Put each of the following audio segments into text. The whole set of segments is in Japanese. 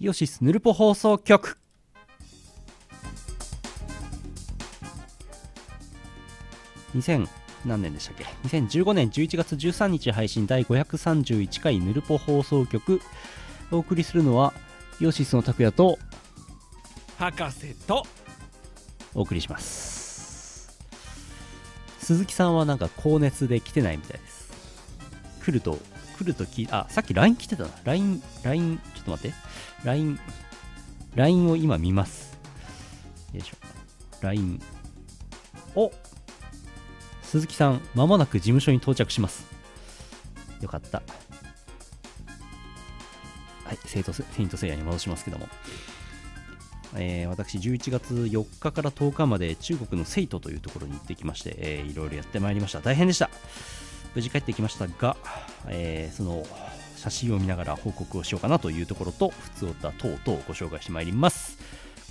イオシスヌルポ放送局2000何年でしたっけ2015年11月13日配信第531回ヌルポ放送局お送りするのはイオシスの拓也と博士とお送りします鈴木さんはなんか高熱で来てないみたいです来ると来るときあさっき LINE 来てたな LINE LINE ちょっと待って LINE LINE を今見ますよいしょ LINE お鈴木さんまもなく事務所に到着しますよかったはい生徒せ生徒聖夜に戻しますけどもえー私11月4日から10日まで中国の成都というところに行ってきまして、えーいろいろやってまいりました大変でした無事帰ってきましたが、えーその写真を見ながら報告をしようかなというところと普通歌等々をご紹介してまいります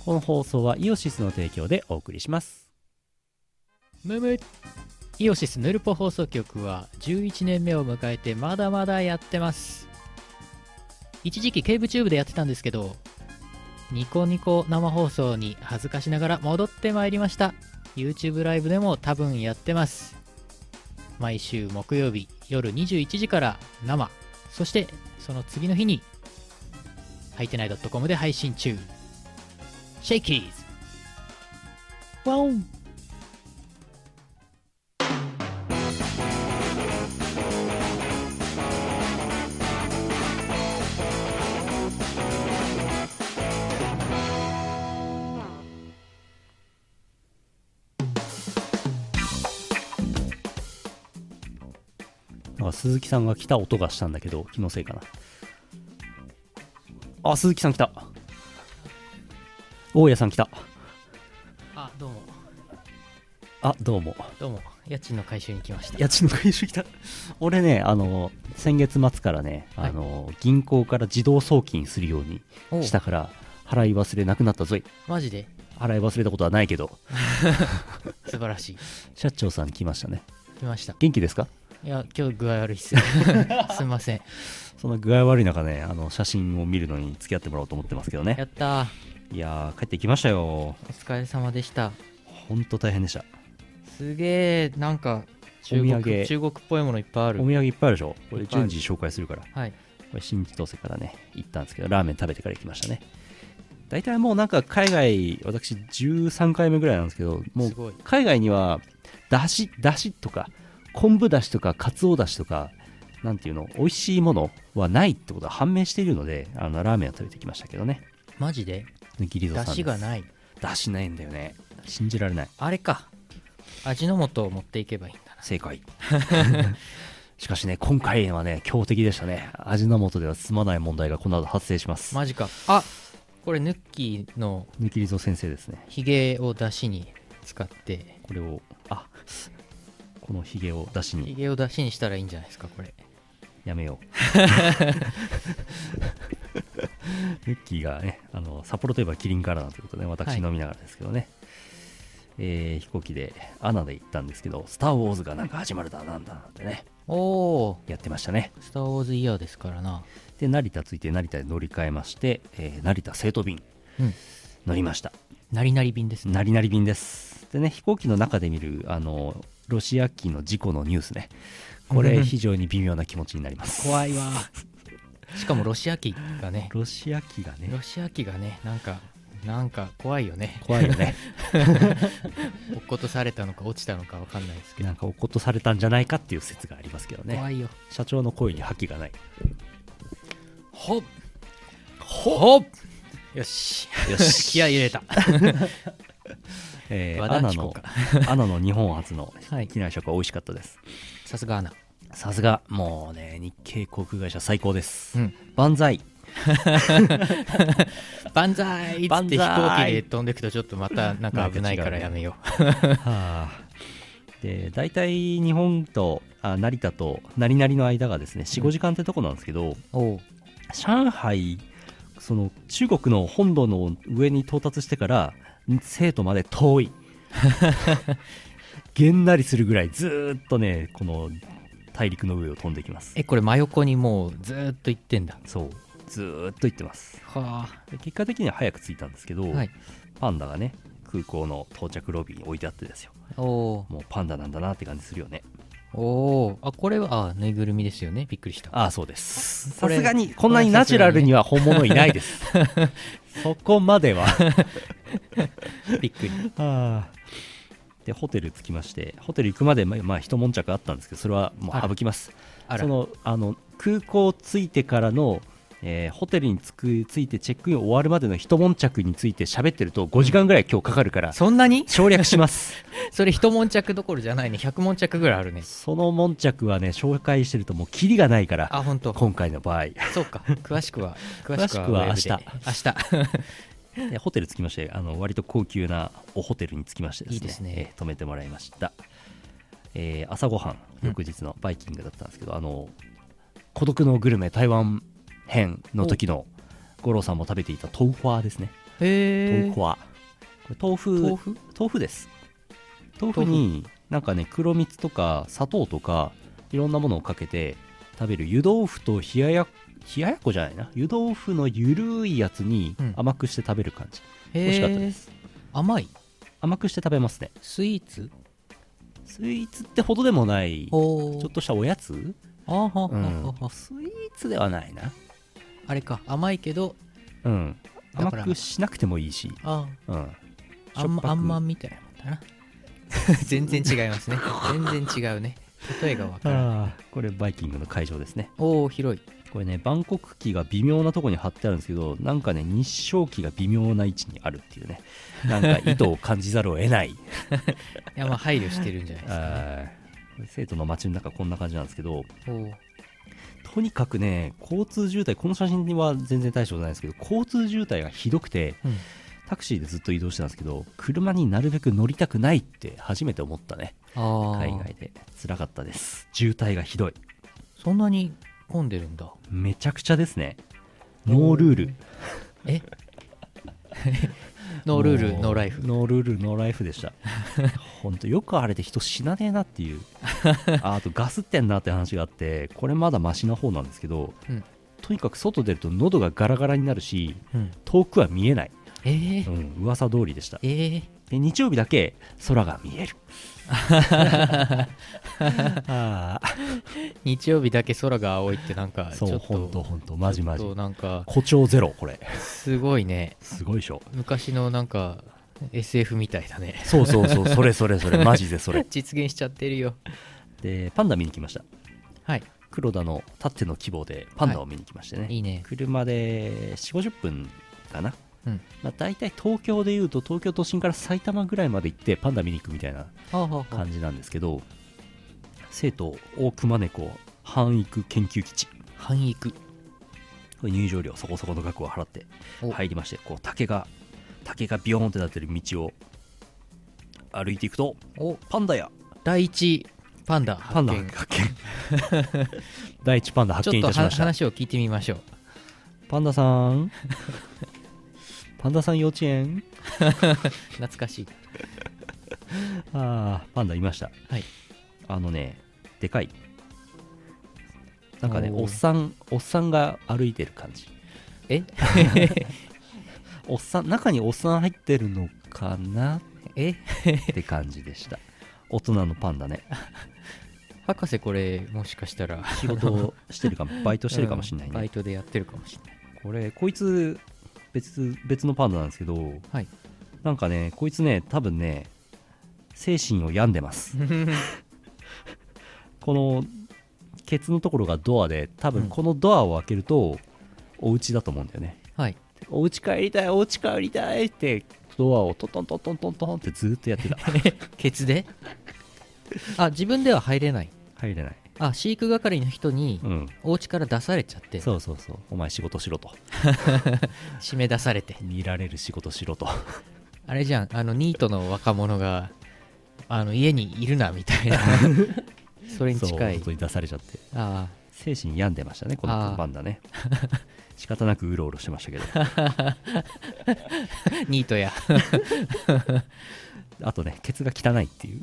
この放送はイオシスの提供でお送りしますむむイオシスヌルポ放送局は11年目を迎えてまだまだやってます一時期ケーブルチューブでやってたんですけどニコニコ生放送に恥ずかしながら戻ってまいりました YouTube ライブでも多分やってます毎週木曜日夜21時から生そしてその次の日にはいてない .com で配信中シェイキーズワオンなんか鈴木さんが来た音がしたんだけど気のせいかなあ鈴木さん来た大家さん来たあどうもあどうもどうも家賃の回収に来ました家賃の回収来た俺ねあの先月末からね、はいあの銀行から自動送金するようにおうしたから払い忘れなくなったぞいマジで払い忘れたことはないけど素晴らしい社長さん来ましたね来ました元気ですかいや今日具合悪い っすすいませんそんな具合悪い中ねあの写真を見るのに付き合ってもらおうと思ってますけどねやったーいやー帰ってきましたよお疲れ様でしたほんと大変でしたすげえなんか中お土産国中国っぽいものいっぱいあおる土産いっぱいあるでしょこいれっぱいあ順る次紹介するからこはいれ新千歳からね行ったんですけどラーメン食べてから行きましたね大体もうなんか海外私13回目ぐらいなんですけどもうすごい海外にはだしだしとか昆布だしとかかつおだしとかなんていうの美味しいものはないってことは判明しているのであのラーメンを食べてきましたけどねマジでギリゾさん出です汁がないだしないんだよね信じられないあれか味の素を持っていけばいいんだな正解 しかしね今回はね強敵でしたね味の素では済まない問題がこの後発生しますマジかあこれヌッキーのぬきりぞ先生ですねヒゲを出汁に使ってこれをあこのヒゲを出しヒにゲを出汁にしたらいいんじゃないですかこれやめようヌッキーがねあの札幌といえばキリンからなんてことで私はい飲みながらですけどね、えー飛行機でアナで行ったんですけど「スター・ウォーズ」がなんか始まるだなんだなんてねおおやってましたねスター・ウォーズ・イヤーですからなで成田着いて成田で乗り換えまして、えー成田生徒便、うん乗りましたなりなり便ですねなりなり便ですでね飛行機の中で見るあのロシア機の事故のニュースねこうれん 非常に微妙な気持ちになります怖いわしかもロシア機がねロシア機がねロシア機がねなんかなんか怖いよね怖いよ ね落っことされたのか落ちたのかわかんないですけど、なんか落っことされたんじゃないかっていう説がありますけどね怖いよ社長の声に覇気がないほっほっよしよし 気合い入れた えー和田アナ貴子のか アナの日本初のはい機内食は美味しかったですさすがアナさすがもうね日系航空会社最高です、うん万歳万歳っつ万って歳飛行機で飛んでくとちょっとまたなんか危ないからやめようはあ、で大体日本とあ成田と成々の間がですね45時間ってとこなんですけど、おう上海その中国の本土の上に到達してから成都まで遠 いげんなりするぐらいずーっとねこの大陸の上を飛んできますえこれ真横にもうずーっと行ってんだそうずーっと行ってますはで結果的には早く着いたんですけど、はいパンダがね空港の到着ロビーに置いてあってですよあ。おもうパンダなんだなって感じするよねお。おお。あ、これは、あ、ぬいぐるみですよね。びっくりした。ああそうですこされすがにこんなにナチュラルには本物いないです そこまではびっくり。あーでホテル着きましてホテル行くまでまあまあ一悶着あったんですけどそれはもあうら省きますあらそ。のあの空港着いてからの、えーホテルに着く着いてチェックイン終わるまでの一悶着について喋ってると5時間ぐらい今日かかるから、そんなに省略しますそれ一悶着どころじゃないね。百悶着ぐらいあるね。その悶着はね紹介してるともうキリがないからあ、本当。今回の場合そうか。詳しくは、詳しくはウェブで でホテル着きましてあの割と高級なおホテルに着きましてですねいいですねえー泊めてもらいました、えー朝ごはんうん翌日のバイキングだったんですけど、あの孤独のグルメ台湾編の時の五郎さんも食べていた豆腐ァーですね明日。 へ豆腐。えァーこれ豆腐豆腐豆腐です豆腐になんかね黒蜜とか砂糖とかいろんなものをかけて食べる湯豆腐と冷やや冷ややっこじゃないな湯豆腐のゆるいやつにうん甘くして食べる感じ、美美味しかったです甘い甘くして食べますねスイーツスイーツってほどでもないちょおおっとしたおやつ、あははうはんは、スイーツではないなあれか甘いけどうんだ甘からくしなくてもいいし、あうん、あしんまょっぱくあんまんみたいなもんだな 全然違いますね全然違うね例えがわからないあーこれバイキングの会場ですねおお広いこれねバンコク旗が微妙なとこに貼ってあるんですけどなんかね日照旗が微妙な位置にあるっていうねなんか意図を感じざるを得 ないいやまあ配慮してるんじゃないですかねあー生徒の街の中こんな感じなんですけどおーとにかくね交通渋滞この写真には全然大したことないんですけど交通渋滞がひどくてうんタクシーでずっと移動してたんですけど車になるべく乗りたくないって初めて思ったねあ海あ外で辛かったです渋滞がひどいそんなに混んでるんだめちゃくちゃですねノールールえ ノールールもうノーライフノールールノーライフでした 本当よくあれで人死なねえなっていうああとガスってんなって話があってこれまだマシな方なんですけど、うんとにかく外出ると喉がガラガラになるしうん遠くは見えない、えーうん、噂通りでしたえーで日曜日だけ空が見え るああ日曜日だけ空が青いってなんかちそょうっと本当本当マジマジちょっとなんか誇張ゼロこれすごいねすごいでしょ昔のなんか SF みたいだねそうそうそうそれそれそれマジでそれ実現しちゃってるよでパンダ見に来ましたはい黒田のたっての希望でパンダを見に来ましてね、いいね車で4 5 0分かな、うんまあ、大体東京でいうと東京都心から埼玉ぐらいまで行ってパンダ見に行くみたいなはあはあはあ感じなんですけど、生徒大熊猫繁育研究基地繁育これ入場料そこそこの額を払ってお入りましてこう竹が竹がビヨーンってなってる道を歩いていくとおパンダや第一パンダパ発ンダ 見発見第一パンダ発ちょ見っいとたしまはした話を聞いてみましょうパンダさ んパンダさん幼稚園懐かしいああパンダいましたはいあのねでかいなんかねおーおっさんおっさんが歩いてる感じ えおっさん中におっさん入ってるのかなえって感じでした大人のパンダね博士これもしかしたら仕事をしてるか もバイトしてるかもしれないうんバイね、トでやってるかもしれないこれこいつ別別のパンダなんですけどはいなんかねこいつね多分ね精神を病んでますこのケツのところがドアで多うん分このドアを開けるとお家だと思うんだよね、はい お家帰りたいお家帰りたいってドアをトントントントントントンってずーっとや ってたケツであ自分では入れない入れない、あ飼育係の人にうん、お家から出されちゃってそうそうそうお前仕事しろと締め出されて見られる仕事しろとあれじゃんあのニートの若者があの家にいるなみた いなそれにそう近い本当に出されちゃってあ精神病んでましたねこあーのパンダ ね仕方なくうろうろしてましたけどあニートやあとねケツが汚いっていう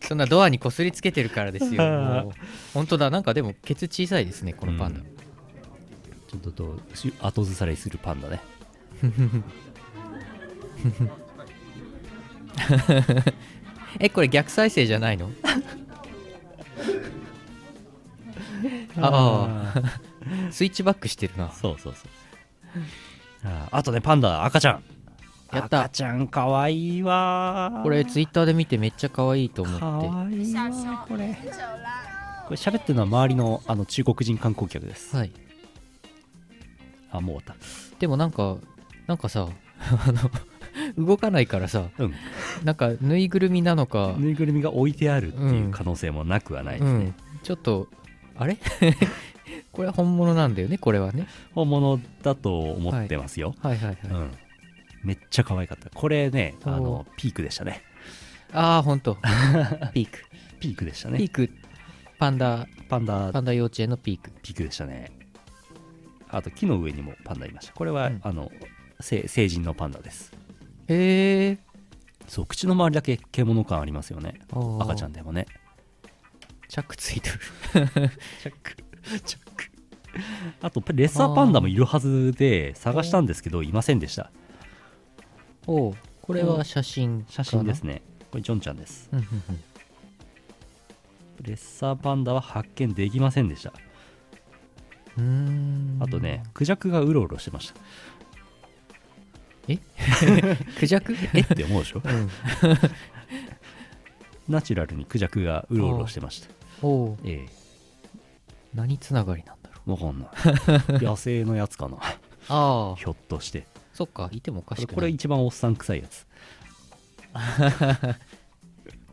そんなドアにこすり つけてるからですよあーもう本当だなんかでもケツ小さいですねこのパンダ、うんちょっとどうし後ずさりするパンダねえこれ逆再生じゃないのあ あスイッチバックしてるなそうそうそうあーあとねパンダ赤ちゃんやった赤ちゃんかわいいわーこれツイッターで見てめっちゃ可愛いと思かっわいいわーこれこれ喋ってるのは周りのあの中国人観光客ですてはいあもう終わっでもなんかなんかさ あの動かないからさたうんなんかぬいぐるみなのか、ぬいぐるみが置いてあるっていう可能性もなくはないでうすね、ん、ちょっとあれ これは本物なんだよねこれはね本物だと思ってますよ、はいはいはい、うんめっちゃ可愛かったこれねあおのピークでしたねああほんとピーク ピークでしたピねークパンダパンダパンダ幼稚園のピークピークでしたねあと木の上にもパンダいましたこれは、うんあのせ成人のパンダですへえそう口の周りだけ獣感ありますよね赤赤ちゃんでもねチャックついてるチャックチャックあとレッサーパンダもいるはずで探したんですけどいませんでしたおおこれは写真かな写真ですねこれジョンちゃんですうんうんうんレッサーパンダは発見できませんでしたうーんあとねクジャクがうろうろしてました クジ ャク えって思うでしょうんナチュラルにクジャクがうろうろしてましたおおえ何つながりなんだろえうわかんない 野生のやつかなああひょっとしてそっかいてもおかこしれくこなれい一番おっさん臭いやつ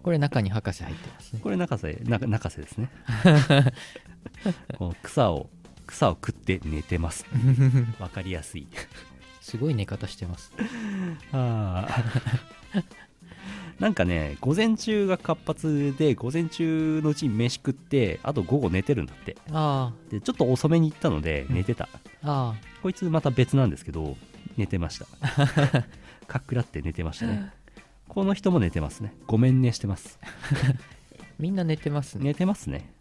これ中に博士入ってますねこれ中瀬な中瀬 ですねこう草を草を食って寝てますわかりやすい すごい寝方してますあー なんかね午前中が活発で午前中のうちに飯食ってあと午後寝てるんだってあでちょっと遅めに行ったのでうん寝てた、ああこいつまた別なんですけど寝てました かっくらって寝てましたねこの人も寝てますねごめんねしてますあみんな寝てますね寝てますね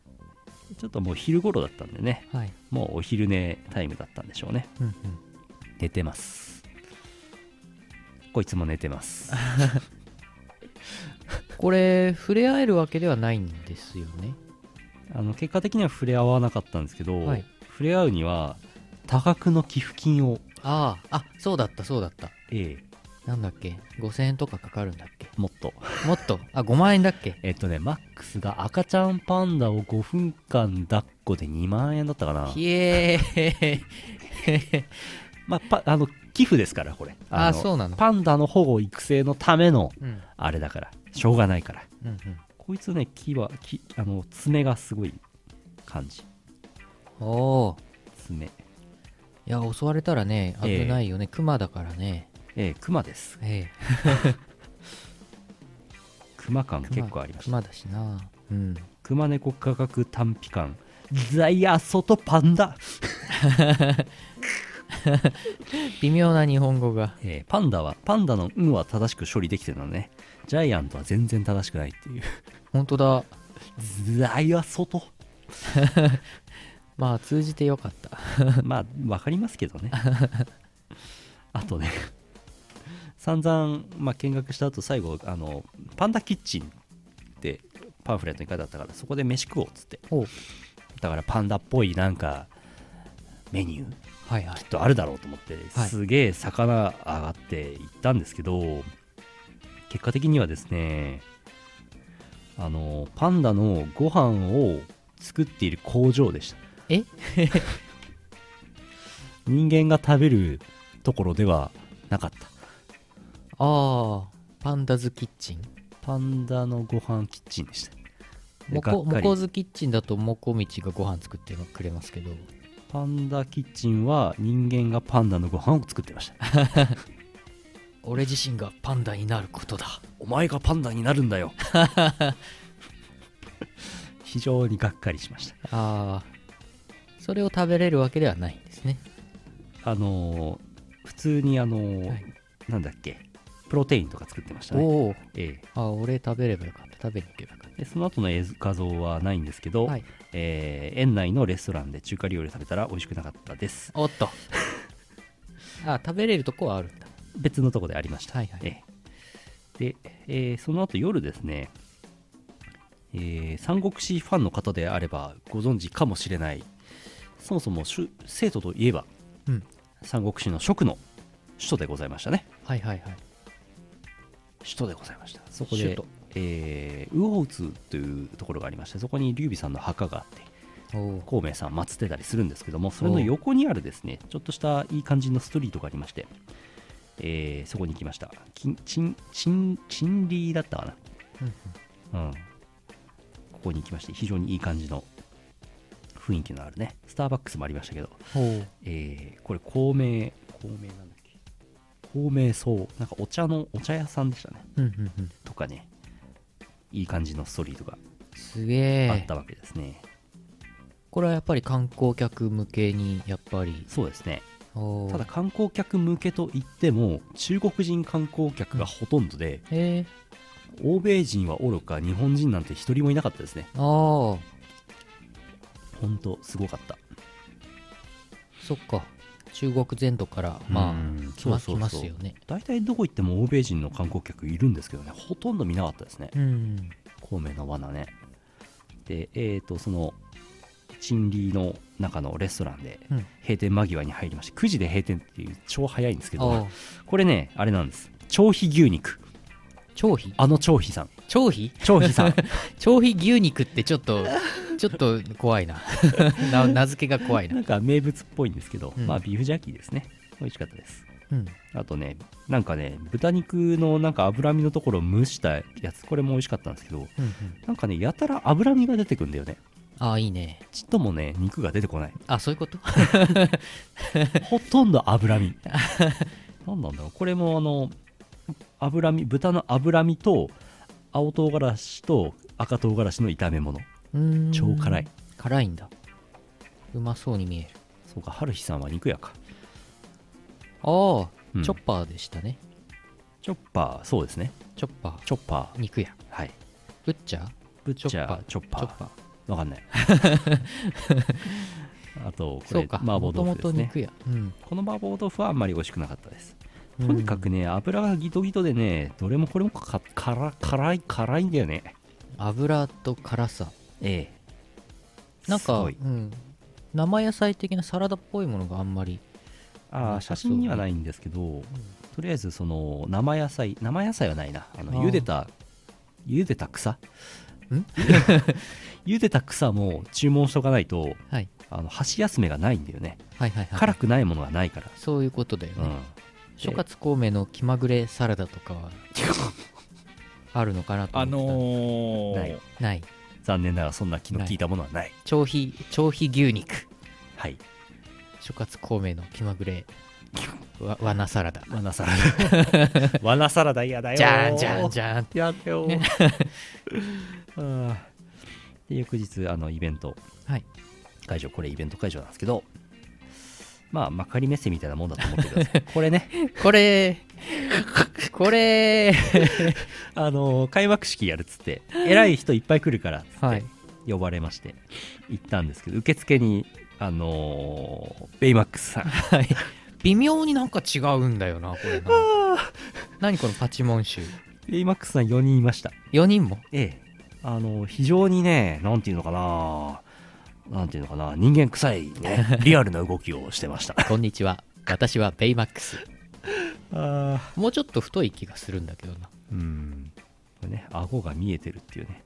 ちょっともう昼頃だったんでねはい、もうお昼寝タイムだったんでしょうねうんうん、寝てますこいつも寝てますこれ触れ合えるわけではないんですよねあの結果的には触れ合わなかったんですけど、はい触れ合うには多額の寄付金を、あああそうだったそうだったええなんだっけ5000円とかかかるんだっけもっともっとあ5万円だっけえっとねマックスが赤ちゃんパンダを5分間抱っこで2万円だったかなひえーまあ、パあの寄付ですからこれ ああのそうなのパンダの保護育成のためのうんあれだからしょうがないからうんうんこいつね木は木あの爪がすごい感じおお爪いや襲われたらねええ危ないよね、クマだからねええクマですえクマ感え結構ありましクたマだしなうんクマ猫価格短期間ザイアソとパンダ、微妙な日本語がええパンダはパンダの運は正しく処理できてるのねジャイアントは全然正しくないって いう本当だザイアソとまあ通じてよかっ たまあわかりますけどねあとね散々、まあ、見学した後最後あのパンダキッチンってパンフレットに書いてあったからそこで飯食おうっつっておうだからパンダっぽいなんかメニューはいはいきっとあるだろうと思って、はいすげえ魚上がって行ったんですけど結果的にはですねあのパンダのご飯を作っている工場でしたえ 人間が食べるところではなかったああパンダズキッチンパンダのご飯キッチンでしたでモがコっかモりコズキッチンだとモコミチがご飯作ってくれますけどパンダキッチンは人間がパンダのご飯を作ってました俺自身がパンダになることだお前がパンダになるんだよ 非常にがっかりしましたああそれを食べれるわけではないんですねあのー普通にあのーはいなんだっけプロテインとか作ってましたね。おおええあ俺食べればよかった食べに行けばよかっでその後の映像画像はないんですけど、はいえー園内のレストランで中華料理を食べたら美味しくなかったです。たおっと あ食べれるとこはあるんだ別のとこでありました。はいはいええで、えーその後夜ですね、えー三国志ファンの方であればご存知かもしれない、そもそもしゅ生徒といえば、うん三国志の蜀の首都でございましたね。はいはいはい首都でございました。そこ首で都、えー、ウオウツというところがありまして、そこに劉備さんの墓があって、おお孔明さん祀ってたりするんですけどもそれの横にあるですねちょっとしたいい感じのストリートがありまして、えーそこに行きましたチンチンチンチンリーだったかうんうんなうんここに行きまして非常にいい感じの雰囲気のあるねスターバックスもありましたけど、おうえーこれ孔明孔明なんだっけ孔明荘なんかお茶のお茶屋さんでしたねうんうんうんとかねいい感じのストリートがすげあっえたわけですね、これはやっぱり観光客向けにやっぱりそうですねおおただ観光客向けといっても中国人観光客がほとんどで、へえ欧米人はおろか日本人なんて一人もいなかったですねああほんとすごかったそっか中国全土からまあ来ま来ますよね大体どこ行っても欧米人の観光客いるんですけどねほとんど見なかったですねうん孔明の罠ねでえー、とその陳里の中のレストランでうん閉店間際に入りまして9時で閉店っていう超早いんですけああどこれねあれなんです長飛牛肉長飛あの長飛さん長飛長飛さん長飛牛肉ってちょっと ちょっと怖いな な名付けが怖いな なんか名物っぽいんですけど、うんまあビーフジャーキーですね。美味しかったです。うんあとね、なんかね、豚肉のなんか脂身のところを蒸したやつ、これも美味しかったんですけど、うんうんなんかね、やたら脂身が出てくんだよね。ああいいねちっともね、肉が出てこない。あそういうことほとんど脂身。 なんなんだろう、これもあの、脂身、豚の脂身と、青唐辛子と赤唐辛子の炒め物。うーん超辛い辛いんだうまそうに見えるそうか、春日さんは肉屋か。ああ、うんチョッパーでしたねチョッパー、そうですね。チョッパーチョッパー。肉やはい。ブッチャーブッチャー、チチョッパー。ーわか んない。あと、こそれ、うか麻婆豆腐です元々ね。肉やうんこの麻婆豆腐はあんまり美味しくなかったです。うんとにかくね、油がギトギトでね、どれもこれもか辛辛い、辛いんだよね。油と辛さええ。なんすか、ごういん、生野菜的なサラダっぽいものがあんまりあー写真にはないんですけど、とりあえず、その、生野菜、生野菜はないな。あの、あー茹でた、茹でた草ん 茹でた草も注文しとかないと、はいあの箸休めがないんだよね。はいはいはい辛くないものがないから。そういうことだよね、うん。諸葛孔明の気まぐれサラダとかはあるのかなとあ思ってた、のーないない残念ながらそんな気の利いたものはない。長飛長飛牛肉 はい。諸葛孔明の気まぐれ わ罠サラダワナサラ ダ。ワナサラダ嫌だよ。じゃんじゃんじゃゃんん。やだよ。 あーで、翌日、あの、イベント。はい会場、これイベント会場なんですけど、まあ、幕張メッセみたいなもんだと思ってください。 これね、これこれあのー開幕式やるっつって、偉い人いっぱい来るからっつはっいて、呼ばれまして、行ったんですけど、受付に、あのーベイマックスさん。はい微妙になんか違うんだよなこれな何このパチモン集 ベイマックスさん4人いました。 4人もええ、あの非常にね、なんていうのかな、なんていうのかな、人間臭い、 ね、リアルな動きをしてました。こんにちは私はベイマックスあもうちょっと太い気がするんだけどなうん、これね、顎が見えてるっていうね、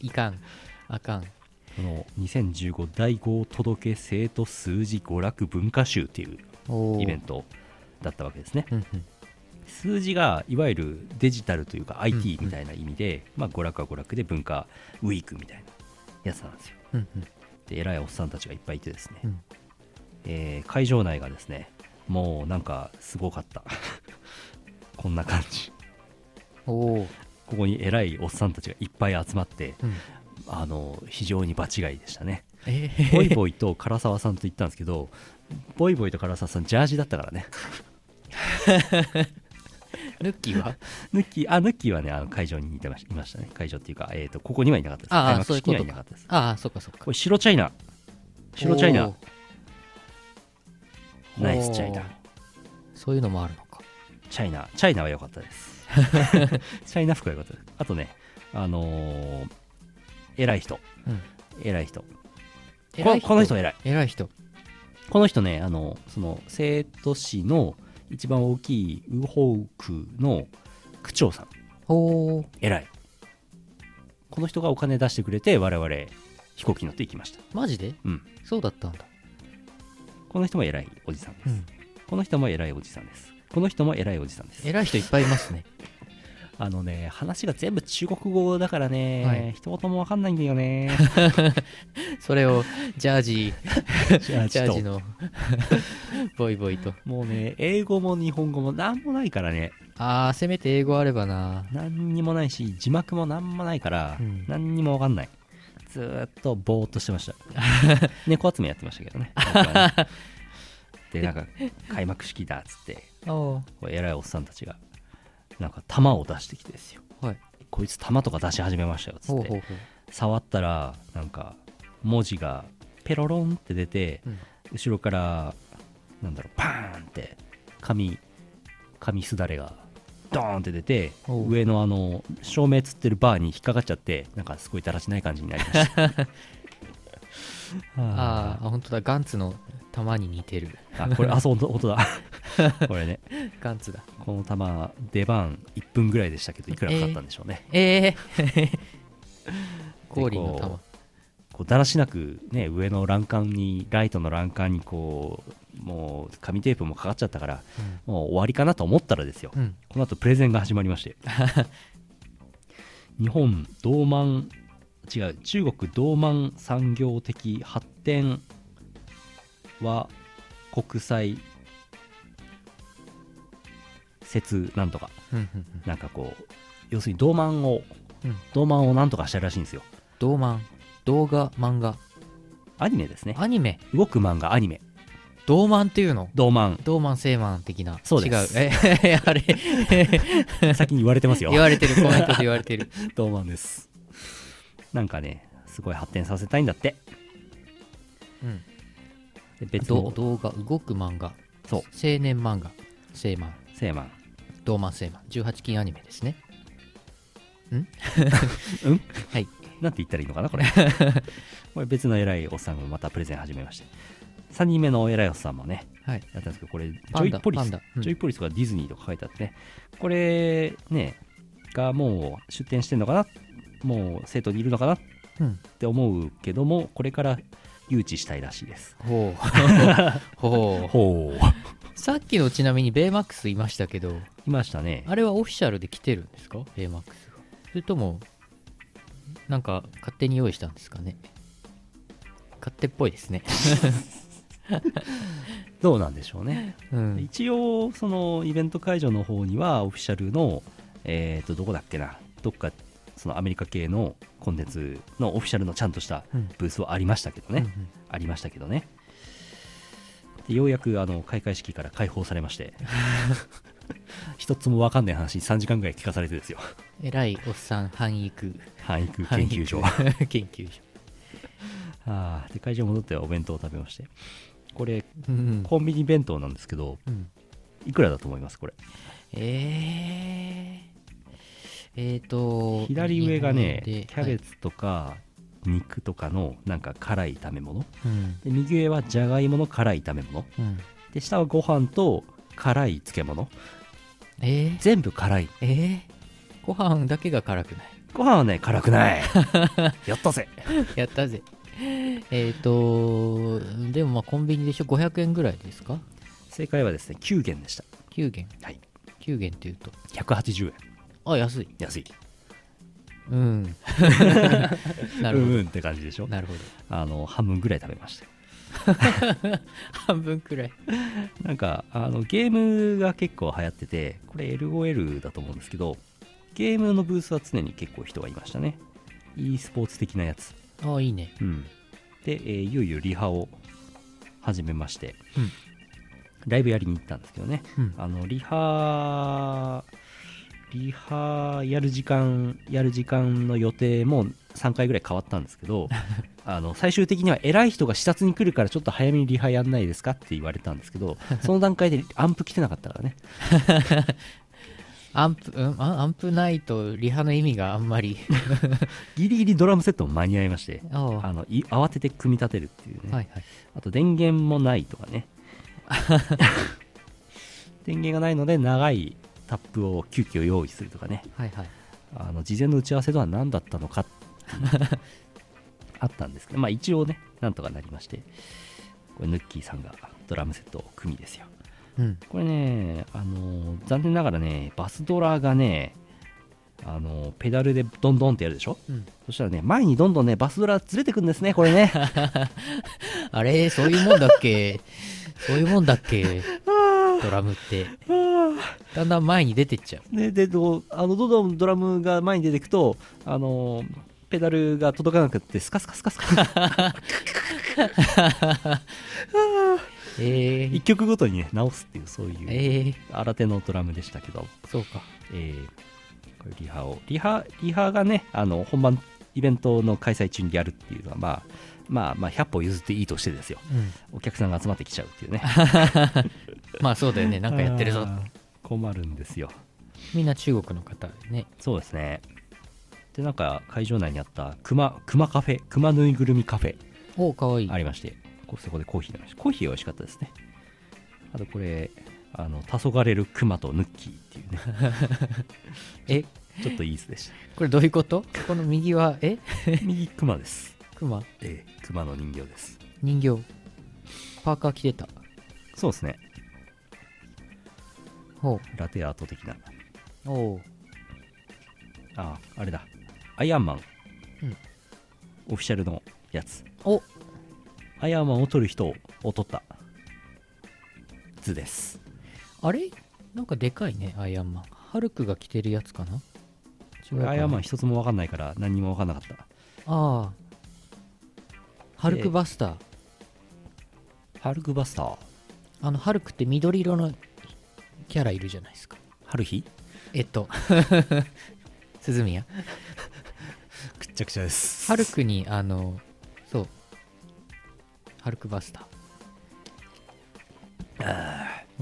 いかんあかんこの2015第5届生徒数字娯楽文化集っていうおイベントだったわけですね。うんうん数字がいわゆるデジタルというか IT みたいな意味で、まあ、娯楽は娯楽で文化ウィークみたいなやつなんですよ。うんうんで偉いおっさんたちがいっぱいいてですね、うんえー会場内がですねもうなんかすごかった こんな感じおお、ここに偉いおっさんたちがいっぱい集まってうん、あの非常に場違いでしたねえボイボイと唐沢さんと言ったんですけどボイボイと唐沢さんジャージだったからねヌッキーは ヌッキー、あ、ヌッキーはね、あの会場にいてましたいましたね。会場っていうか、えっ、と、ここにはいなかったです。ああ開幕そういう式ことにはいなかったです。ああ、そっかそっか。これ、白チャイナ。白チャイナお。ーナイスチャイナ。そういうのもあるのか。チャイナ、チャイナは良かった です。チャイナ服は良かったです。あとね、あのー、偉い人。うん偉い人こ偉いこの人偉い。偉い人。この人ね、あの、その、生徒市の一番大きいウホウ区の区長さん。ほう。偉い。この人がお金出してくれて、我々、飛行機に乗って行きました。マジでうん。そうだったんだ。この人も偉いおじさんです。 うんこの人も偉いおじさんです。この人も偉いおじさんです。偉い人いっぱいいますね。あのね、話が全部中国語だからね、はい一言もわかんないんだよね。 それを、ジャージ、ジャジャージの、 ボイボイと。もうね、英語も日本語もなんもないからね、ああ、せめて英語あればな。何にもないし、字幕もなんもないから、うん何にもわかんない。ずーっとぼーっとしてま した。猫集めやってましたけどね。僕はねで、なんか、開幕式だっつって、おうこう偉いおっさんたちが、なんか弾を出してきてですよ。はいこいつ弾とか出し始めましたよっつって。ほうほうほう。触ったらなんか文字がペロロンって出て、うん後ろからなんだろうパーンって紙紙すだれがドーンって出ておう上のあの照明つってるバーに引っかかっちゃってなんかすごいだらしない感じになりま したあ ああ、本当だ。ガンツの玉に似てる。ーあこれあそう音だ これねガンツだ。この弾出番1分ぐらいでしたけどいくらかかったんでしょうね、ええ ー。氷のこ玉。こうだらしなく、ね、上の欄干にライトの欄干にこうもう紙テープもかかっちゃったから、もう終わりかなと思ったらですよ、うん。この後プレゼンが始まりま して日本同満違う中国同満産業的発展は国際説なんとかうんうんうん。なんかこう要するに同満を、うん同満をなんとかしたいらしいんですよ動漫動画漫画アニメですねアニメ動く漫画アニメ動漫っていうの同 漫動漫正漫的なそうです違うえ あれ先に言われてますよ言われてるコメントで言われてる同漫ですなんかねすごい発展させたいんだってうんで別どの動画動く漫画そう青年漫画正漫セーマン動漫正漫18禁アニメですね うんはいなんて言ったらいいのかな これこれ別の偉いおっさんがまたプレゼン始めまして3人目の偉いおっさんもねはいやったんですけどこれジパョンイダポリパスンダうんジョイポリスとかディズニーとか書いてあってねこれねがもう出店してんのかなもう生徒にいるのかなっうんて思うけどもこれから誘致したいらしいですほう ほうほうさっきのちなみにベイマックスいましたけど いましたねあれはオフィシャルで来てるんですかベイマックスがそれともなんか勝手に用意したんですかね勝手っぽ いですねどうなんでしょうねうん一応そのイベント会場の方にはオフィシャルのえっ、とどこだっけなどっかそのアメリカ系のコンテンツのオフィシャルのちゃんとしたうんブースはありましたけどね、ありましたけどねでようやくあの開会式から解放されまして 一つもわかんない話3時間ぐらい聞かされてですよ偉いおっさん繁育範囲空研究所繁育 研究所あーで会場戻ってお弁当を食べましてこれうんコンビニ弁当なんですけどうんいくらだと思いますこれえー、えーと左上がねキ日ャ本でベツとか肉とかのなんか辛い炒め物はいうんで右上はじゃがいもの辛い炒め物うんで下はご飯と辛い漬物えー、全部辛いえー、ご飯だけが辛くない ご飯はね辛く ないやったぜやったぜえーとでもまあコンビニでしょ500円ぐらいですか正解はですね9元でした9元はい9元っていうと180円あ安い安いうん なうるほんうんって感じでしょどなるほどあの半分ぐらい食べました半分くらいなんかあのゲームが結構流行っててこれ LOL だと思うんですけどゲームのブースは常に結構人がいましたね e スポーツ的なやつああいいねうん、で、えーいよいよリハを始めまして、うんライブやりに行ったんですけどね、うんあのリハリハやる時間やる時間の予定も3回ぐらい変わったんですけ どあの最終的には偉い人が視察に来るからちょっと早めにリハやんないですかって言われたんですけ どその段階でアンプ来てなかったからねアンプ、うん、あアンプないとリハの意味があん まり。ギリギリドラムセットも間に合いましてああはあのい慌てて組み立てるっていうね、いはい。あと電源もないとかね 電源がないので長いタップを急遽用意するとかねはいはい。あの事前の打ち合わせとは何だったのかっていうあったんですけど、まあ、 一応ねなんとかなりましてこれヌッキーさんがドラムセットを組みですようん。これねあの残念ながらねバスドラがねあのペダルでどんどんってやるでしょ、うんそしたらね前にどんどんねバスドラずれてくんですねこれねあれそういうもんだっ けそういうもんだっけドラムって。だんだん前に出てっちゃう。ででどうあのどんどんドラムが前に出てくとあのペダルが届かなくってスカスカスカスカえ一 ー、曲ごとにね直すっていうそういう、えー、新手のドラムでしたけど、そうか。えーこれリハをリハリハがねあの本番イベントの開催中にやるっていうのは、まあ、まあまあ100歩譲っていいとしてですようん。お客さんが集まってきちゃう っていうねまあそうだよね。なんかやってるぞ。あー困るんですよみんな中国の方ね。そうですねでなんか会場内にあった熊熊カフェ熊ぬいぐるみカフェおかわいい。ありましてこそこでコーヒー飲みましたコーヒー美味しかったですねあとこれあの黄昏る熊とヌッキーっていうね え、ちょっといい椅子でした これどういうことこの右は、え右熊です熊えー、熊の人形です人形。パーカー着てた。そうですねほラテアート的なう。おう。あああれだアイアンマン、うんオフィシャルのやつおアイアンマンを撮る人を撮った図ですあれなんかでかいね、アイアンマン。ハルクが着てるやつかな違うかなアイアンマン一つも分かんないから何にも分かんなかったああ。ハルクバスター。ハルクバスターあの、ハルクって緑色のキャラいるじゃないですか。ハルヒえっと、 鈴宮。くっちゃくちゃですハルクに、あの、そう。ハルクバスター。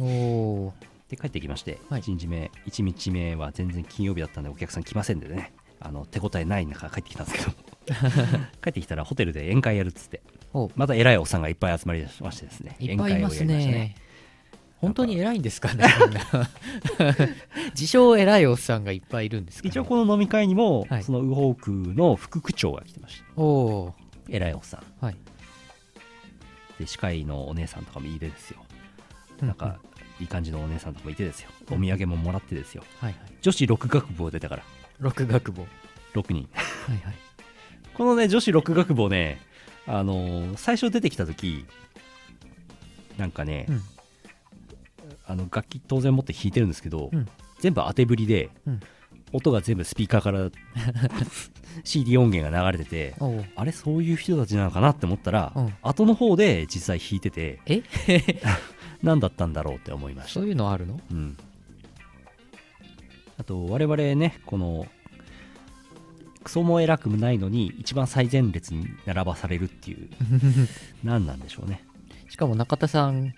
おー。で帰ってきまして、はい1日目1日目は全然金曜日だったんでお客さん来ませんでねあの手応えない中帰ってきたんですけど 帰ってきたらホテルで宴会やるっつっておまた偉いおっさんがいっぱい集まりましてですねいっぱいいますね。宴会をやりま本当に偉いんですかね、みんな 自称偉いおっさんがいっぱいいるんでしすたか、ね、一応この飲み会にも、はいその右ホークの副区長が来てましたおお偉いおっさんーはい。で歯科医のお姉さんとかもいてですようんなんか、いい感じのお姉さんとかもいてですよお土産ももらってですよはいはい。女子6学部を出たから六学部。は6人いはい。このね、女子6学部をね、あのー最初出てきたとき、なんかね、うんあの楽器当然持って弾いてるんですけど、うん全部当てぶりで、うん音が全部スピーカーから CD 音源が流れてて、おお。あれ、そういう人たちなのかなって思ったら、うん後の方で実際弾いてて、え何だったんだろうって思いましたそういうのあるのうん、あと我々ねこのクソも偉くもないのに一番最前列に並ばされるって いう何なんでしょうねしかも中田さん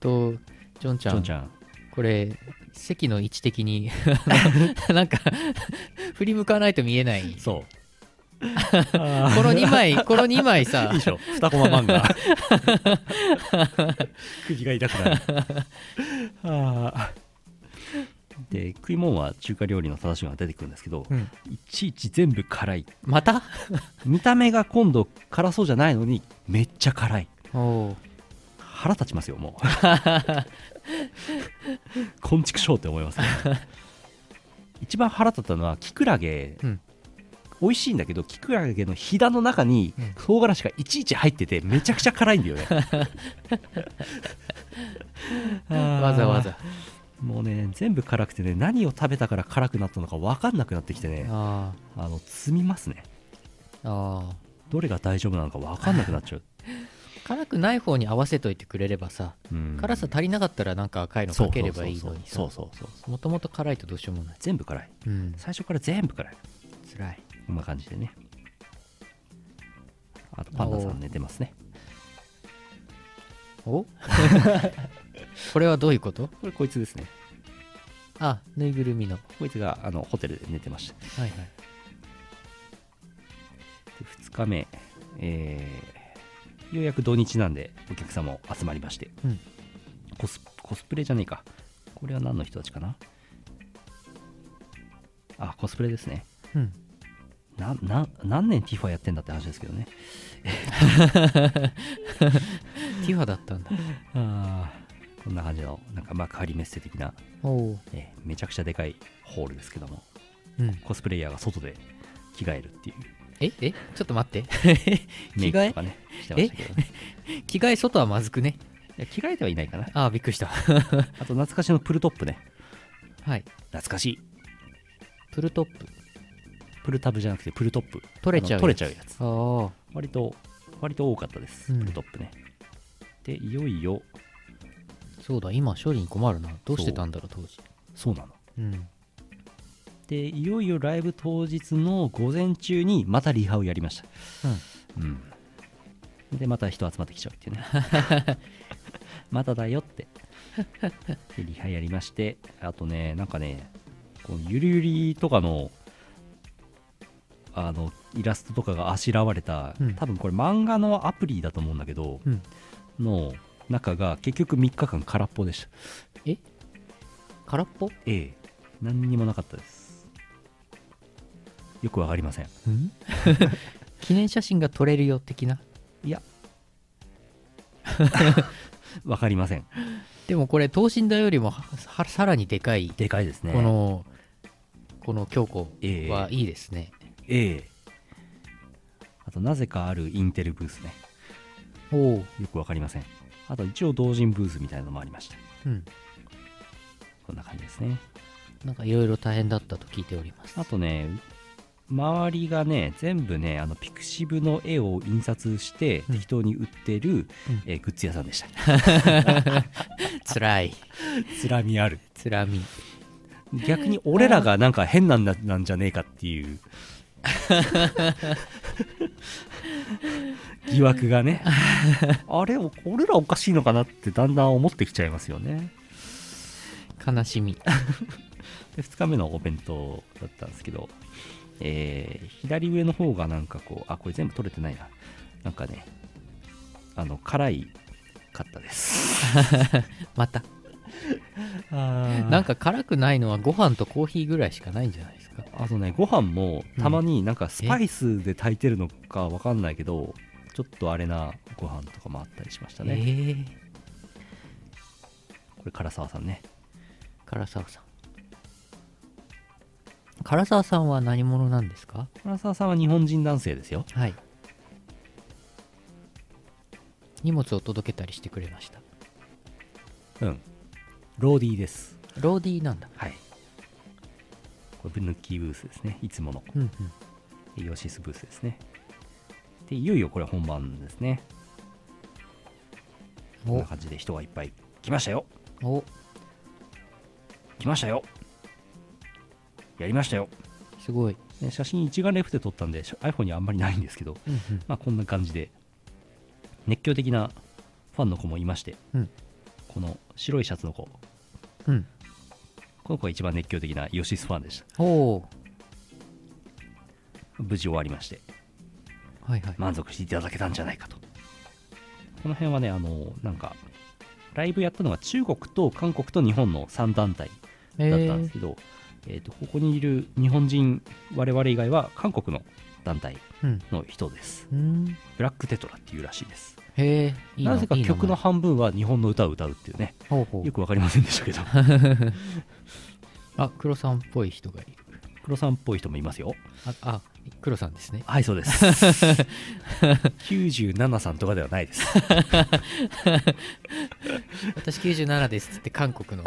とジョンちジゃョンん、ちゃんこれ、席の位置的に、あのなんか、振り向かないと見えない。こそうの2枚、 この2枚さいいで、しょ二コマ漫 画首が痛く なるあーで食い物は中華料理の正しいのが出てくるんですけど、うんいちいち全部辛いまた見た目が今度辛そうじゃないのにめっちゃ辛いおおー。腹立ちますよも うこんちくしょうって思いますね一番腹立ったのはキクラゲ、うん美味しいんだけどキクラゲのひだの中にうん唐辛子がいちいち入っててめちゃくちゃ辛いんだよね わざわざ。もうね全部辛くてね何を食べたから辛くなったのか分かんなくなってきてねああの積みますねあ。ああ。どれが大丈夫なのか分かんなくなっちゃう辛くない方に合わせといてくれればさうん辛さ足りなかったらなんか赤いのかければいいのにさそうそうそうそうそうそうもともと辛いとどうしようもない全部辛いうん最初から全部辛い辛いこんな感じでねあとパンダさん寝てますねお これはどういうことこれこいつですねあぬいぐるみのこいつがあのホテルで寝てましたはいはい2日目、えーようやく土日なんでお客様も集まりまして、うんコスコスプレじゃねえかこれは何の人たちかなあコスプレですねうんなな何年 TIFA やってんだって話ですけどねティファだったんだあーこんな感じのなんか幕張メッセ的な、おおえーめちゃくちゃでかいホールですけどもうんコスプレイヤーが外で着替えるっていうええちょっと待って メイ着クと替えかねしてましたけどね着替え外はまずくねいや着替えてはいないかなああびっくりしあた と懐かしのプルトップねはい懐かしいプルトッププルタブじゃなくてプルトップ取れちゃうあの取れちゃうやつあ割と割と多かったです、うんプルトップねでいよいよあそうだ今処理に困るなどうしてたんだろう当時そうなのうんでいよいよライブ当日の午前中にまたリハをやりましたうん、でまた人集まってきちゃうっていうね まただよってでリハやりましてあとねなんかねこのゆりゆりとかのあのイラストとかがあしらわれた、うん多分これ漫画のアプリだと思うんだけど、うんの中が結局3日間空っぽでした空っぽええ何にもなかったですよくわかりませんん 記念写真が撮れるよ的ない やわかりませんでもこれ等身大よりもははさらにでかいでかいですねこのこの強固ええはいいですね、ええあとなぜかあるインテルブースねおおよくわかりませんあと一応同人ブースみたいなのもありましたうんこんな感じですねなんかいろいろ大変だったと聞いておりますあとね周りがね全部ねあのピクシブの絵を印刷してうん適当に売ってる、うんえーグッズ屋さんでしたつらい つらみあるつらみ逆に俺らがなんか変なんだなんじゃねえかっていう疑惑がねあれお俺らおかしいのかなってだんだん思ってきちゃいますよね悲しみで2日目のお弁当だったんですけど、えー左上の方がなんかこうあこれ全部取れてないななんかねあの辛いかったですまたななんんかか辛くないのはご飯とコーヒーぐらいしかないんじゃないですかあとねご飯もたまになんかスパイスで炊いてるのかわかんないけど、ちょっとあれなご飯とかもあったりしましたね、ええこれ唐沢さんね唐沢さん唐沢さんは何者なんですか唐沢さんは日本人男性ですよはい荷物を届けたりしてくれましたうんローディーですローディーなんだはいこれ抜きブースですねいつものうんうんイオシスブースですね。で、いよいよこれ本番ですね。こんな感じで人がいっぱい来ましたよお来ましたよやりましたよ、すごい、ね写真一眼レフで撮ったんでし iPhone にはあんまりないんですけど、うんまあこんな感じで熱狂的なファンの子もいまして、うんこの白いシャツの子、うんうん、この子が一番熱狂的なイオシスファンでした。おお無事終わりまして、はいはい、満足していただけたんじゃないかと。この辺はね、あの、なんか、ライブやったのが中国と韓国と日本の3団体えだったんですけど、えーとここにいる日本人我々以外は韓国の団体うんの人ですうんブラックテトラっていうらしいですへえいいなぜかいい名前曲の半分は日本の歌を歌うっていうねほうほようくわかりませんでしたけどあ黒さんっぽい人がいる黒さんっぽい人もいますよああ黒さんですねはいそうです 97さんとかではないです私97ですっつって韓国の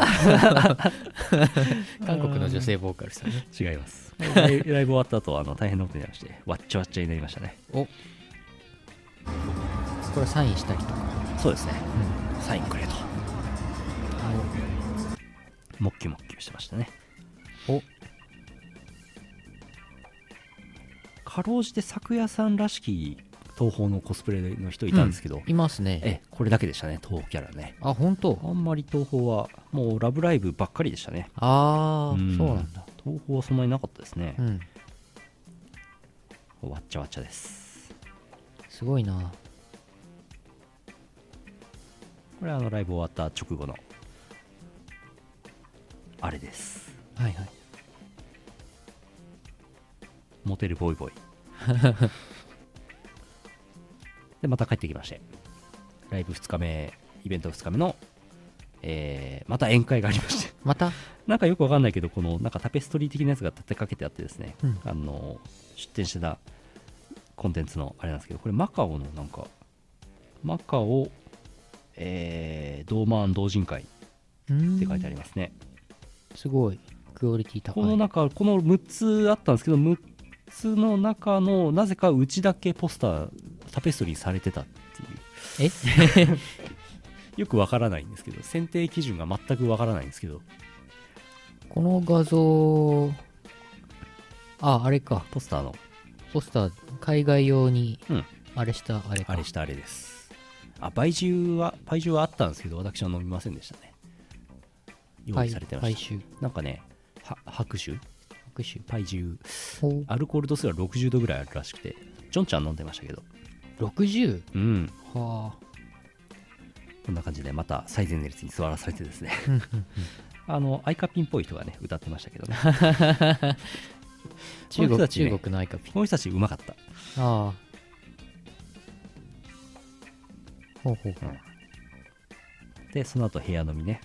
韓国の女性ボーカルさんね違いますライライブ終わった後あの大変なことになりましてわっちゃわっちゃになりましたねおこれサインしたりとか、そうですねうサインくれともっきゅもっきゅしてましたねおかろうじて作屋さんらしき東宝のコスプレの人いたんですけど、いますねええこれだけでしたね東宝キャラねあ本当あんまり東宝はもう「ラブライブ!」ばっかりでしたねああ、んそうなんだ東宝はそんなになかったですねう、んわっちゃわっちゃですすごいなこれあのライブ終わった直後のあれですはいはいモテるボーイボーイでまた帰ってきましてライブ2日目イベント2日目の、えーまた宴会がありましてまたなんかよくわかんないけどこのなんかタペストリー的なやつが立てかけてあってですね、うんあの出展してたコンテンツのあれなんですけどこれマカオのなんかマカオ、えー、ドーマーン同人会っって書いてありますね、すごいクオリティ高いこの中、この6つあったんですけど、6つの中の、なぜかうちだけポスター、タペストリーされてたっていう、 えよくわからないんですけど、選定基準が全くわからないんですけど、この画像ああれかポスターの、ポスター海外用にうんあれしたあれか、あれしたあれです。あ、倍重は、倍重はあったんですけど、私は飲みませんでしたね。用意されてま回した。収なんかね、は白酒拍手倍重。ほアルコール度数が60度ぐらいあるらしくて、ジョンちゃん飲んでましたけど、う 60? うん、はこんな感じで、また最前列に座らされてですね。ああの、アイカピンっぽい人がね、歌ってましたけどね。中この人国たちね中国のアイカピこの人たちうまかった。ああほうほうほうで、その後部屋飲みね。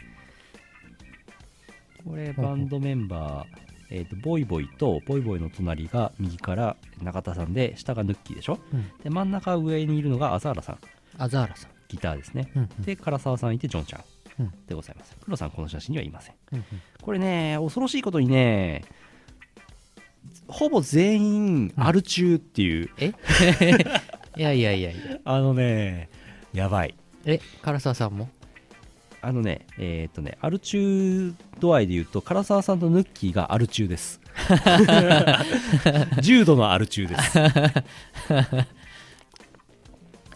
これ、バンドメンバー、えっ、と、ボイボイと、ボイボイの隣が右から中田さんで、下がヌッキーでしょ、うんで、真ん中上にいるのが麻原さん、あざーらさんギターですね。うんうんで、唐沢さんいて、ジョンちゃんうんでございます。黒さん、この写真にはいません。うんうんこれね、恐ろしいことにね、ほぼ全員、アル中っていう、え いやいやいやいやあのね、やばい。え唐沢さんもあのね、えーっとね、アル中度合いで言うと、唐沢さんとヌッキーがアル中 です。重度のアル中です。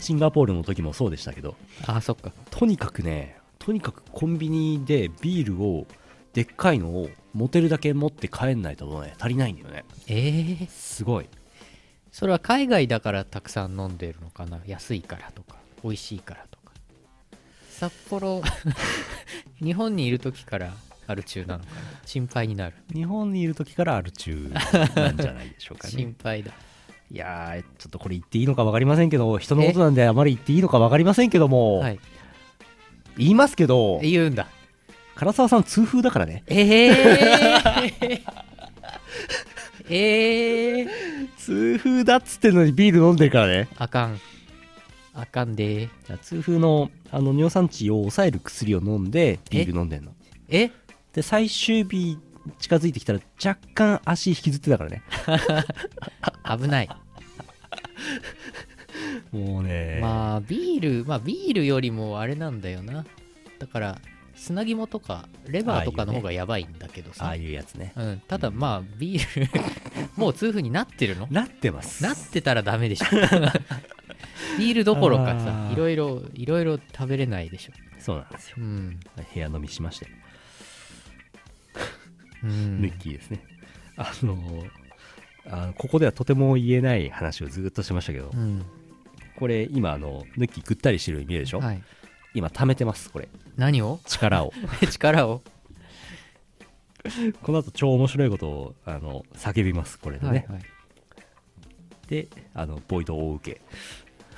シンガポールの時もそうでしたけど、あそっかとにかくね、とにかくコンビニでビールを、でっかいのを持てるだけ持って帰んないとね、足りないんだよね。ええー、すごい。それは海外だからたくさん飲んでるのかな安いからとか美味しいからとか札 幌日本にいる時からアル中なのかな心配になる日本にいる時からアル中なんじゃないでしょう かね心。配だいやー、ちょっとこれ言っていいのか分かりませんけど、人のことなんであまり言っていいのか分かりませんけども、はい言いますけど、言うんだ唐沢さん痛風だからね。え えー、ええー、痛風だっつってんのにビール飲んでるからね。あかんあかんでー痛風のあの尿酸値を抑える薬を飲んで、ビール飲んでんの。えで、最終日近づいてきたら若干足引きずってたからね。危ないもうね、まあビールまあビールよりもあれなんだよなだから砂肝とかレバーとかの方がやばいんだけどさああいうやつね。うん、ただまあビール もう痛風になってるのなってます。なってたらダメ でしょビールどころかあさーいろいろいろいろ食べれないでしょそうなんですよ。うん、部屋飲みしまして。うヌんッ、キーですね。あのーあのここではとても言えない話をずっとしてましたけど、うんこれ今あのヌッキーぐったりしてるように見えるでしょ、はい、今溜めてますこれ何を 力 を力をこの後超面白いことをあの叫びますこれでね、はいはい、であのボイド大受け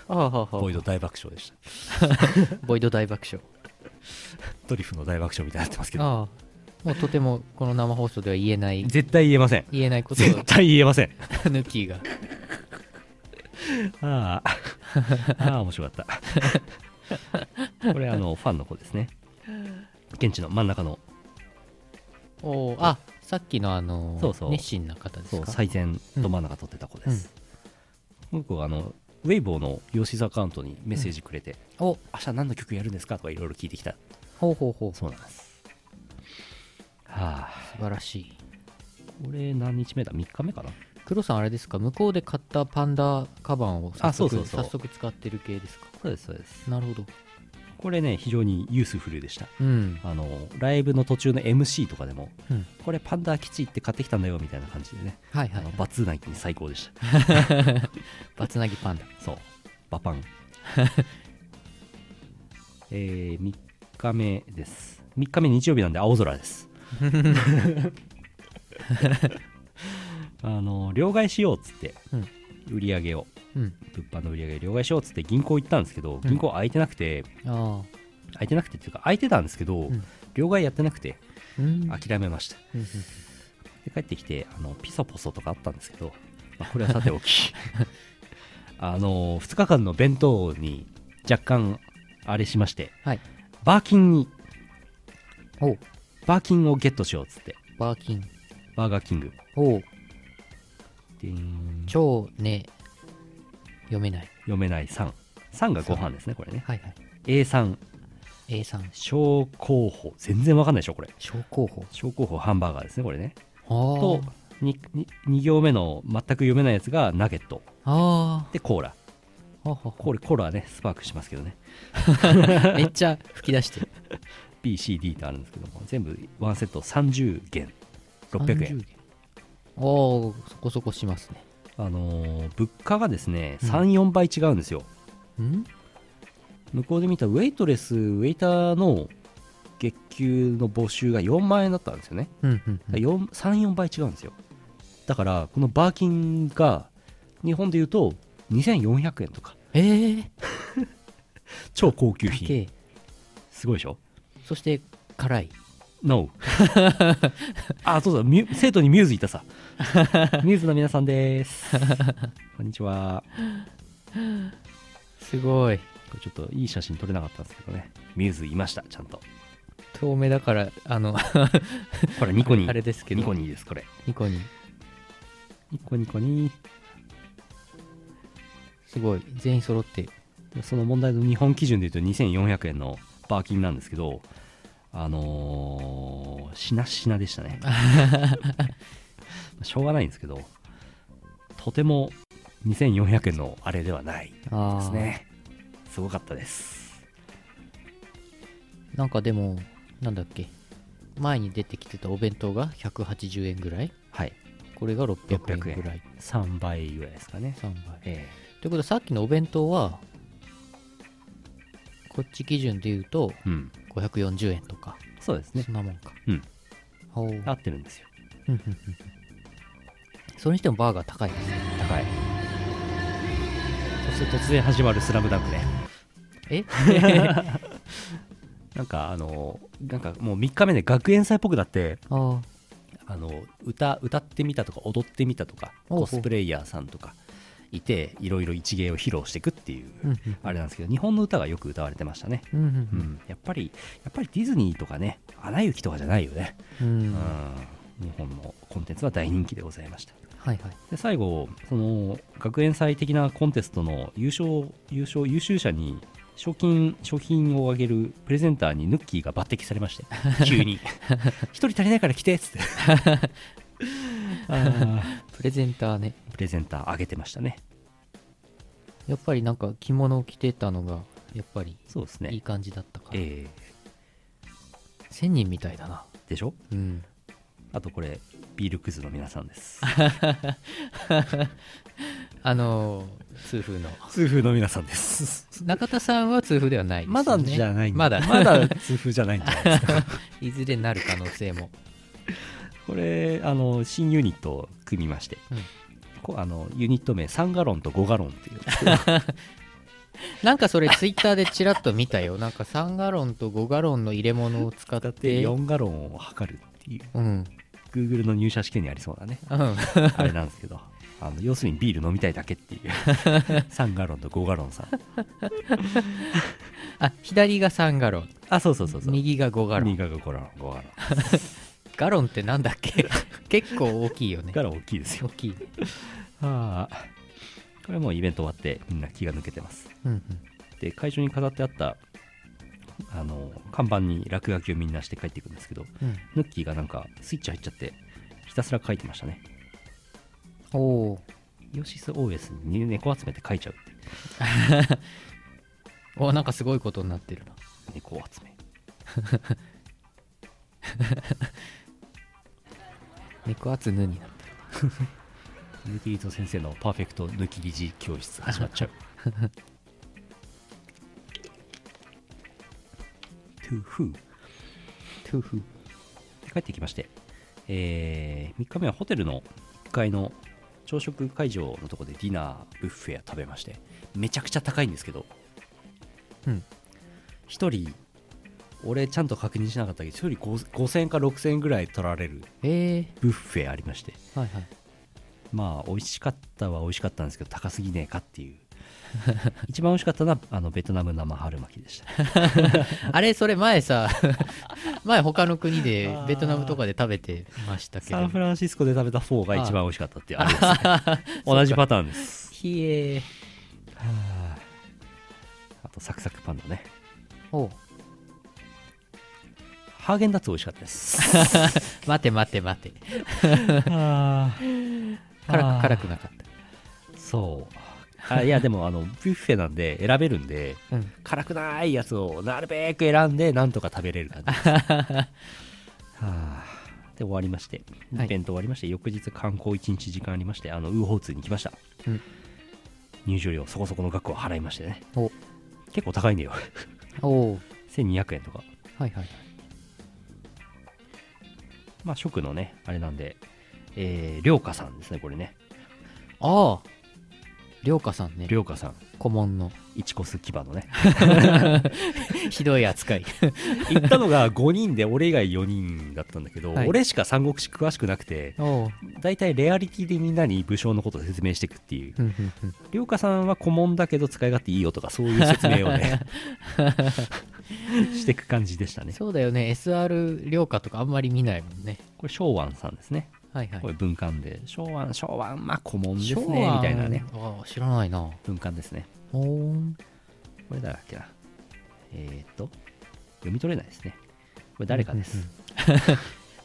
ああはあボイド大爆笑でした ボイド大爆笑トリュフの大爆笑みたいになってますけどああもうとてもこの生放送では言え ない絶対言えません言えないことを 絶対言えませんヌッキーがああああ面白かったこれあ のファンの子ですね現地の真ん中のおーあさっきのあのそうそう熱心な方ですそうか最前ど真ん中撮ってた子です、この子があのウェイボーの吉沢アカウントにメッセージくれて、お明日何の曲やるんですかとかいろいろ聞いてきたほうほうほうそうなんですはあ素晴らしいこれ何日目だ3日目かな黒さんあれですか向こうで買ったパンダカバンを早速あそうそうそう早速使ってる系ですかそうですそうですなるほどこれね非常にユースフルでしたうんあのライブの途中の MC とかでも、うんこれパンダ基地行って買ってきたんだよみたいな感じでね、はいはあい、のはい、バツーナイキに最高でしたバツナギパンダそうバパ ンえー、3日目です3日目日曜日なんで青空です あの両替しようっつって、うん売り上げをうん物販の売り上げ両替しようっつって銀行行ったんですけど、うん銀行空いてなくてあ空いてなくてっていうか空いてたんですけど、ん両替やってなくてあうん諦めました、うんうんで帰ってきてあのピソポソとかあったんですけど、まあ、これはさてお きあの2日間の弁当に若干あれしまして、はいバーキンにおうバーキンをゲットしようっつってバーキンバーガーキングおうでん超ね読めない読めない33がご飯ですねこれねはいはい A3 A さん小候補全然わかんないでしょこれ小候補小候補ハンバーガーですねこれねああと 2, 行目の全く読めないやつがナゲットあでコーラあははコーラコーラはねスパークしますけどね めっちゃ吹き出してる BCD とあるんですけども全部ワンセット30元600円30おおそこそこしますねあのー物価がですねうん34倍違うんですよ、うん向こうで見たウェイトレスウェイターの月給の募集が4万円だったんですよねうんうんうん34倍違うんですよだからこのバーキンが日本で言うと2400円とかええ超高級高品えすごいでしょそして辛い No あそうだミュ生徒にミューズいた さミューズの皆さんですこんにちはすごいこれちょっといい写真撮れなかったんですけどねミューズいましたちゃん と遠目だからあのこれニコニ あれですけどニコニですこれニコニニコニコニすごい全員揃ってその問題の日本基準で言うと2400円のバーキンなんですけどあのー、しなしなでした ねしょうがないんですけどとても2400円のあれではないああですねすごかったですなんかでもなんだっけ前に出てきてたお弁当が180円ぐらいはいこれが600 600円円ぐらい3倍ぐらいですかね3倍えということはさっきのお弁当はこっち基準で言うとえうん540円とか、そうですねそんなもんかうんほう合ってるんですようんうんうん それにしてもバーガー高いですね高いそして突然始まる「スラムダンクねえ なんかあのなんかもう3日目で学園祭っぽくなってあーあの歌歌ってみたとか踊ってみたとかおうおコうスプレイヤーさんとかいていろいろ一芸を披露していくっていう、うんうんあれなんですけど日本の歌がよく歌われてましたね、うんうんやっぱりやっぱりディズニーとかね「アナ雪」とかじゃないよね、うんうんううんんは日本のコンテンツは大人気でございましたいはいで最後その学園祭的なコンテストの優勝優勝優秀者に賞金賞品をあげるプレゼンターにヌッキーが抜擢されまして 急に「一人足りないから来て」っつってあープレゼンターねプレゼンターあげてましたねやっぱりなんか着物を着てたのがやっぱりそうですいいね感じだったから、ええ1000人みたいだなでしょうんあとこれビールクズの皆さんですあのー痛風の痛風の皆さんです中田さんは痛風ではないです、ね、まだじゃないんまだま だ痛風じゃないんじゃないですかいずれなる可能性もこれあの新ユニットを組みまして、うんこうあのユニット名3ガロンと5ガロンっていうなんかそれツイッターでちらっと見たよなんか3ガロンと5ガロンの入れ物を使っだってて4ガロンを測るっていううん Google の入社試験にありそうな ねうんあれなんですけどあの要するにビール飲みたいだけ っていう3ガロンと5ガロンさんあ左が3ガロンあそうそうそうそう右が5ガロン右が5ガロン5ガロンガロンってなんだっけ 結構大きいよねガロン大きいですよ大きいねああこれもうイベント終わってみんな気が抜けてますうんうんで会場に飾ってあったあの看板に落書きをみんなして帰っていくんですけどうんヌッキーがなんかスイッチ入っちゃってひたすら書いてましたねおおイオシス OS に猫集めて書いちゃうっていうおなんかすごいことになってるな猫集め猫厚ぬになっユーティリゾ先生のパーフェクト抜き理事教室始まっちゃうトゥフーたトゥーフで帰ってきまして、え3日目はホテルの1階の朝食会場のとこでディナーブッフェを食べましてめちゃくちゃ高いんですけど、うん1人俺ちゃんと確認しなかったけど1人5000 5000円か6000円ぐらい取られるええブッフェありましてー、はいはいまあ美味しかったは美味しかったんですけど高すぎねえかって いう一番美味しかったのはあのベトナム生春巻きでしたあれそれ前さ 前他の国でベトナムとかで食べてましたけサンフどランシスコで食べたフォーが一番美味しかったっていうあれですね 同じパターンですひえーはああとサクサクパンのねおうハーゲンダッツ美味しかったです 待て待て待てああ辛ーく辛くなかっそうあいやでもあのビュッフェなんで選べるんでたうん辛くないやつをなるべく選んでなんとか食べれる感じです はあで終わりましてはいイベント終わりまして、翌日観光1日時間ありましてあのウーホーツーに来ました、うん入場料そこそこの額を払いましてねお結構高いんだよ おお1200円とかはいはいまあ食のねあれなんでえー、涼花さんですねこれねああ涼香さんね涼花さん顧 問の一コス牙の ねひどい扱い行ったのが5人で俺以外4人だったんだけど、はい俺しか三国志詳しくなくておう大体レアリティでみんなに武将のことを説明していくっていうふんふんふん涼花さんは古文だけど使い勝手いいよとかそういう説明を ねしていく感じでしたねそうだよね SR 涼香とかあんまり見ないもんねこれ昭安さんですねはいはいこれ文官で昭安昭安まあ古文ですねみたいなね昭和ああ知らないな文官ですねおおこれ誰だっけなえー、っと読み取れないですねこれ誰かです、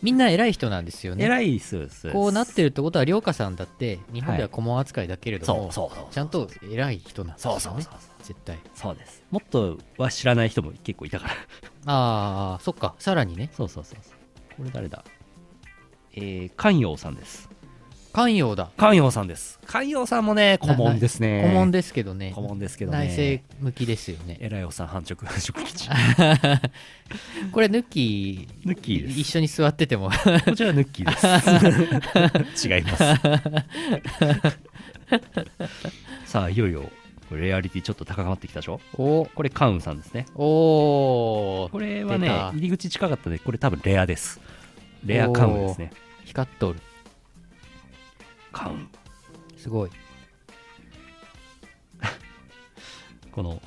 みんな 偉い人なんですよね偉いそうですこうなってるってことは涼香さんだって日本では顧問扱いだけれども、そうそうそうちゃんと偉い人なんですよそうねそうそうそう絶対そうですもっとは知らない人も結構いたからああそっかさらにねそうそうそうそうこれ誰だえー、関陽さんです寛容だ関陽さんです関陽さんもねな顧問ですね顧問ですけどね顧問ですけどね内政向きですよね偉いおっさん繁殖繁殖基地これヌッキーヌッキー一で緒に座って てもすこちらヌッキーです 違いますさあいよいよこれレアリティちょっと高まってきたでしょおこれカウンさんですねおーこれはね出た入り口近かったんでこれ多分レアですレアカウンですね光っとるカウンすごいこの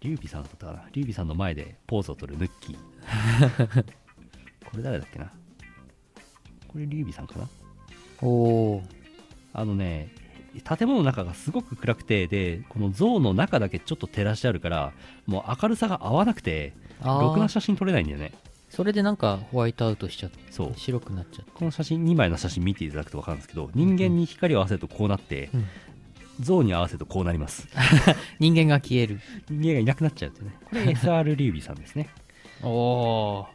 劉備さんだったかな劉備さんの前でポーズを取るヌッキー これ誰だっけなこれ劉備さんかなおおあのね建物の中がすごく暗くてでこの像の中だけちょっと照らしてあるからもう明るさが合わなくてろくなああ写真撮れないんだよねそれでなんかホワイトアウトしちゃってそう白くなっちゃってこの写真2枚の写真見ていただくと分かるんですけど人間に光を合わせるとこうなって、うん像に合わせるとこうなります人間が消える人間がいなくなっちゃうっていうねこれ SR 劉備さんですねおお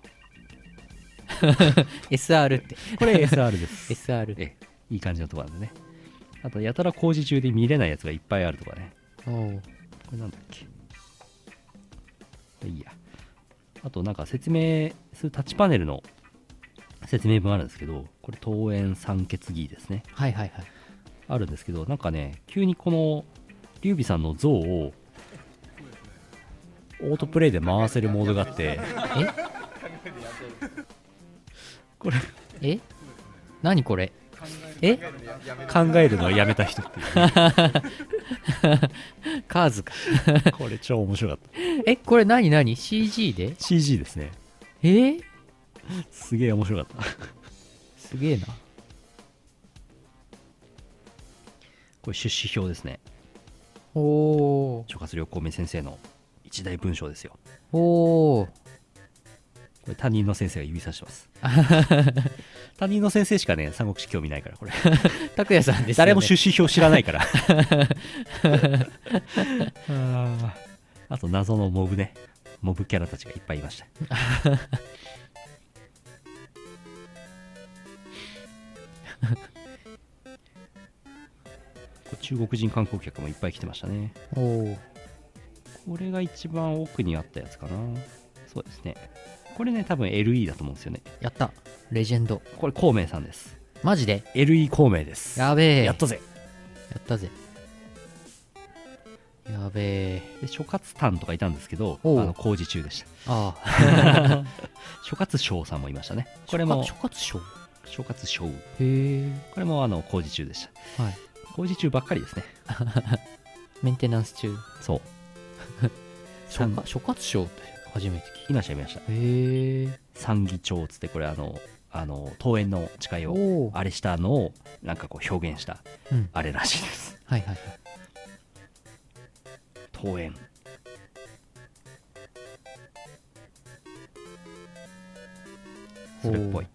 SR っ てこれ SR です SR ええいい感じのとこなんでねあとやたら工事中で見れないやつがいっぱいあるとかねおおこれなんだっけいいやあとなんか説明するタッチパネルの説明文あるんですけどこれ桃園三決議ですねはいはいはいあるんですけどなんかね急にこの劉備さんの像をオートプレイで回せるモードがあってこれええ何これえ考えるのをやめた人っていうカーズか これ超面白かったえこれ何何 CG で CG ですねえーすげえ面白かったすげえなこれ出資表ですねおお諸葛亮孔明先生の一大文章ですよおおこれ担任の先生が指さしてます担任の先生しかね三国志興味ないからこれ拓也さんですよね誰も出資表知らないからあーあと謎のモブねモブキャラたちがいっぱいいました中国人観光客もいっぱい来てましたねおおこれが一番奥にあったやつかなそうですねこれね多分 LE だと思うんですよねやったレジェンドこれ孔明さんですマジで LE 孔明ですやべえやっとぜやったぜやべえで諸葛丹とかいたんですけどあおうの工事中でしたああ諸葛翔さんもいましたねこれも諸葛諸葛諸葛翔賞へえこれもあの工事中でしたはい工事中ばっかりですねメンテナンス中そう諸三葛諸葛賞って初めていましたいました聞いたへえ三義町つってこれあのあの桃園の誓いをおおあれしたのをなんかこう表現したうんあれらしいです、はいはいはい桃園それっぽいこ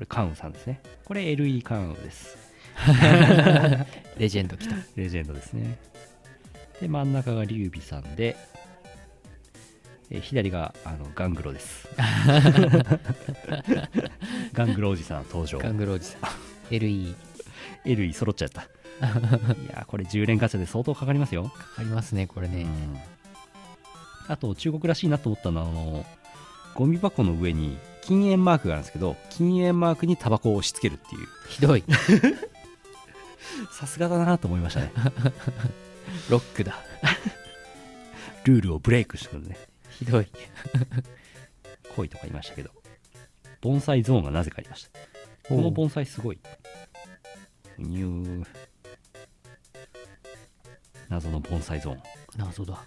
れ関羽さんですねこれ LE 関羽ですレジェンド来たレジェンドですね。で、真ん中が劉備さんで、えー左があのガングロです。 ガングロおじさん登場。ガングロお じさん LE エルイ揃っちゃった。いやー、これ10連ガチャで相当かかりますよ。かかりますねこれうねんあと、中国らしいなと思ったのは、あの、ゴミ箱の上に禁煙マークがあるんですけど、禁煙マークにタバコを押し付けるっていう、ひどいさすがだなと思いましたね。 ロックだ ルールをブレイクしてくるね。ひどい恋とかいましたけど盆栽ゾーンがなぜかありました こおうの盆栽すごいニュー謎の盆栽ゾーン謎だ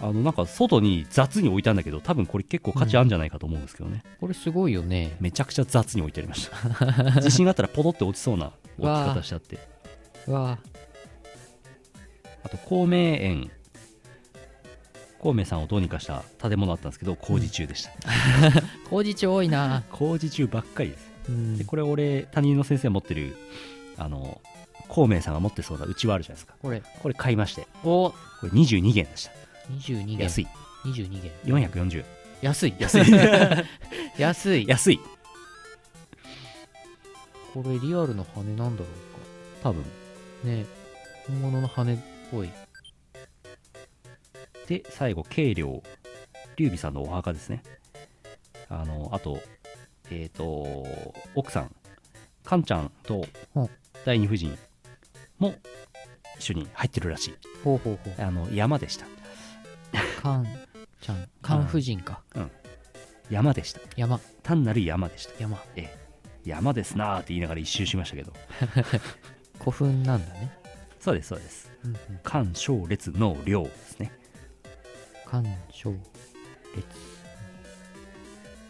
あのなんか外に雑に置いたんだけど多分これ結構価値あるんじゃないかと思うんですけどね、これすごいよねめちゃくちゃ雑に置いてありました 自信があったらポトって落ちそうな置き方しちゃってうわあと孔明園孔明さんをどうにかした建物あったんですけど工事中でした、ー工事中多いな工事中ばっかりですうんでこれ俺他人の先生持ってるあの孔明さんが持ってそうなうちわあるじゃないですかこれこれ買いましておこれ22元でした22元安い22元440安い安い 安い安いこれリアルの羽なんだろ多分うかね本物の羽っぽいで最後軽量劉備さんのお墓ですねあのあとえっ、と奥さんカンちゃんとうん第二夫人も一緒に入ってるらしいほうほうほあの山でしたうカンちゃんカン夫人か山でした山単なる山でした山山ですなーって言いながら一周しましたけど古墳なんだねそうですそうですうんうん関小列の量ですね干渉列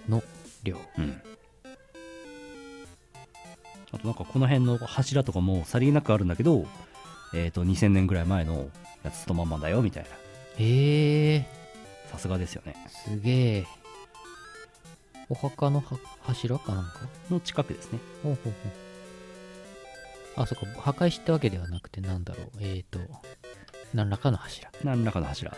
の量うんあとなんかこの辺の柱とかもさりげなくあるんだけどえっ、と2000年ぐらい前のやつとまんまだよみたいなへえさすがですよねすげえお墓のは柱かなんかの近くですねほうほうほうあそっか破壊したわけではなくてなんだろうえーと何らかの柱何らかの 柱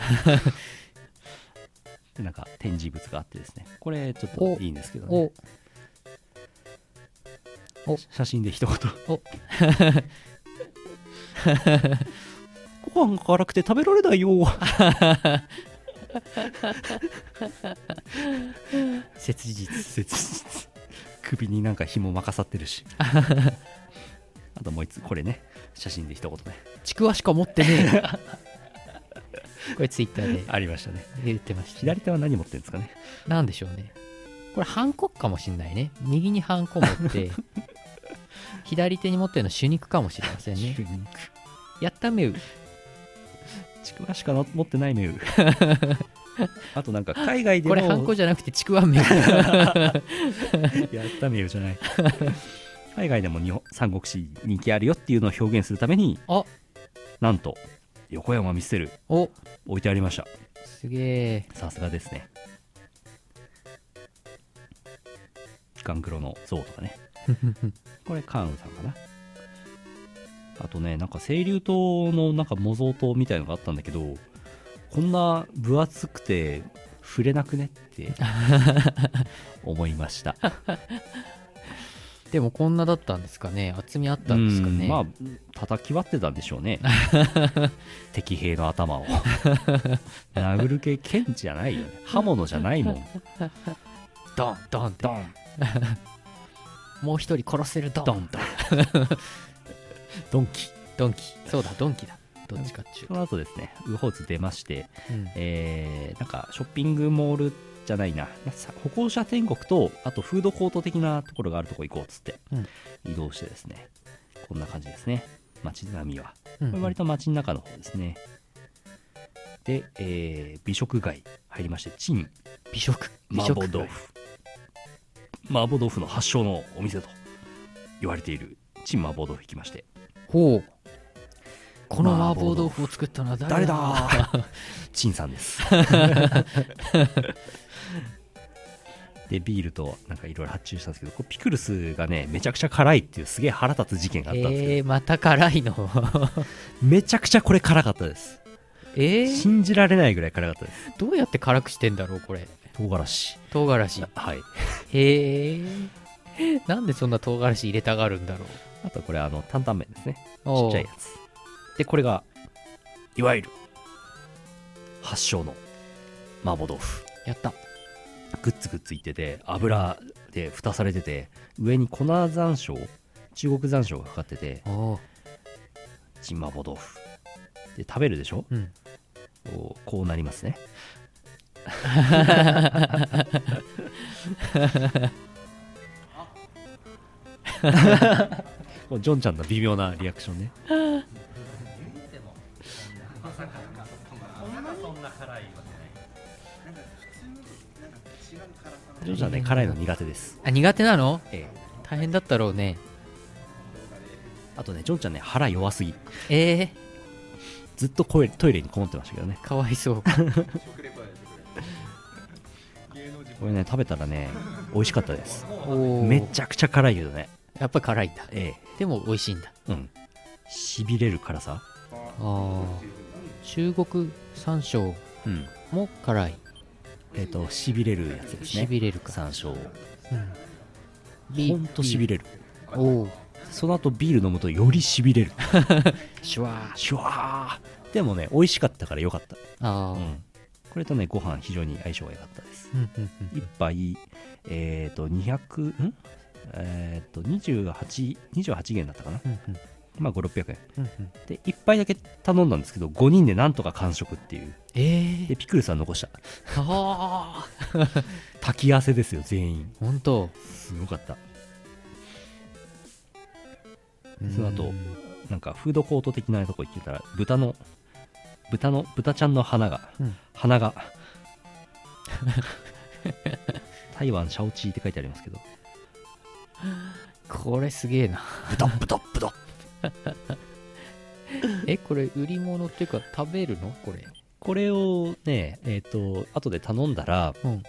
でなんか展示物があってですねこれちょっといいんですけどねお写真で一言お ご飯が辛くて食べられないよ 切実切実首になんか紐巻かさってる しあともう一つこれね写真で一言ねちくわしか持ってねえこれツイッターでありましたね言ってました、左手は何持ってるんですかねなんでしょうねこれハンコかもしんないね右にハンコ持って 左手に持ってるの手肉かもしれませんね手肉やっためうちくわしかの持ってない のよあとなんか海外でもこれハンコじゃなくてちくわめ うやったみゆじゃない海外でも日本三国志人気あるよっていうのを表現するためにあなんと横山ミステルお置いてありましたすげえ さすがですねガンクロの像とかねこれカーンさんかなあとねなんか清流島のなんか模造刀みたいのがあったんだけどこんな分厚くて触れなくねって思いましたでもこんなだったんですかね厚みあったんですかうねんまあ叩き割ってたんでしょう ね敵兵の頭を殴る系剣じゃないよね刃物じゃないもんドンドンってドンもう一人殺せるドンドンドンドンキドンキそうだドンキだどっちかっちゅうその後ですねウホーツ出まして、と、うんえーなんかショッピングモールじゃないなさ歩行者天国とあとフードコート的なところがあるとこ行こうっつって、うん移動してですねこんな感じですね街並みはうんこれ割と街の中の方ですね。で、えー美食街入りまして、チン、美食美麻食婆豆腐。麻婆豆腐の発祥のお店と言われている、チン麻婆豆腐行きまして、ほうこの麻婆麻婆豆豆腐を作ったのは誰誰だだ チンさん です。で、ビールとなんかいろいろ発注したんですけど、これピクルスがね、めちゃくちゃ辛いっていうすげえ腹立つ事件があったんですけど、えー、また辛いの めちゃくちゃこれ辛かったです。えー、信じられないぐらい辛かったです。どうやって辛くしてんだろうこれ唐辛子。唐辛子はい。へえ なんでそんな唐辛子入れたがるんだろうあとこれあの担々麺ですねちおっうちゃいやつでこれがいわゆる発祥の麻婆豆腐やったグッツグッツいってて油で蓋されてて上に粉山椒中国山椒がかかってておおチン麻婆豆腐で食べるでしょ、うんこうこうなり ますねこうジョンちゃんの微妙なリアクションねジョンちゃんね辛いの苦手です、あ苦手なのええ大変だったろうねあとねジョンちゃんね腹弱すぎええずっと声トイレにこもってましたけどねー、かわいそうこれね食べたらね美味しかったですおおめちゃくちゃ辛いけどねやっぱ辛いんだえでも美味しいんだえうんしびれる辛さああ中国山椒うんも辛いえっ、としびれるやつですねしびれるか山椒ビほんとしびれるおおその後ビール飲むとよりしびれる シュワーシュワーでもね美味しかったからよかった、あうーん、これとねご飯非常に相性が良かったですうんうんうん1杯えっ、と200んえっ、と2828元だったかなうんうんまあ5600円うんうんで1杯だけ頼んだんですけど5人でなんとか完食っていうええでピクルスは残したー、ああ炊き汗ですよ全員本当すごかったその後なんかフードコート的なとこ行ってたら豚の豚の豚ちゃんの花が、うん花が台湾シャオチーって書いてありますけどこれすげえな豚豚豚えこれ売り物っていうか食べるのこれこれをねえっ、と後で頼んだら、うん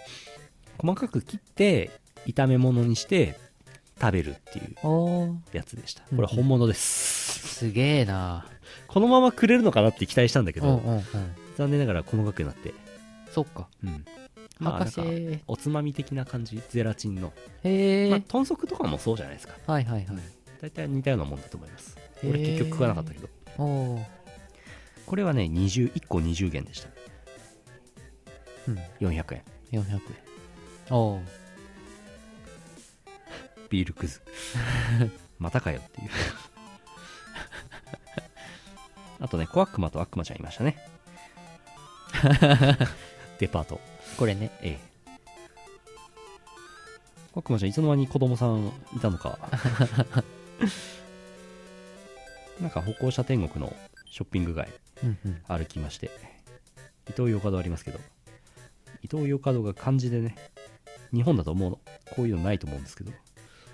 細かく切って炒め物にして食べるっていうああやつでしたうんこれ本物です、すげえなこのままくれるのかなって期待したんだけうど、んうんうん残念ながら細かくなってそっかうんまあ博士なんかへおつまみ的な感じゼラチンの、えまあ、豚足とかもそうじゃないですかはいはいはい大体似たようなもんだと思いますへー俺結局食わなかったけどおおこれはね20 1個20元でしたうん400円400円おおビールく ずまたかよっていう あとね小悪魔と悪魔ちゃんいました ねデパートこれねええ小悪魔ちゃんいつの間に子供さんいたのかなんか歩行者天国のショッピング街うんうん歩きまして伊東洋華堂ありますけど伊東洋華堂が漢字でね日本だと思うのこういうのないと思うんですけど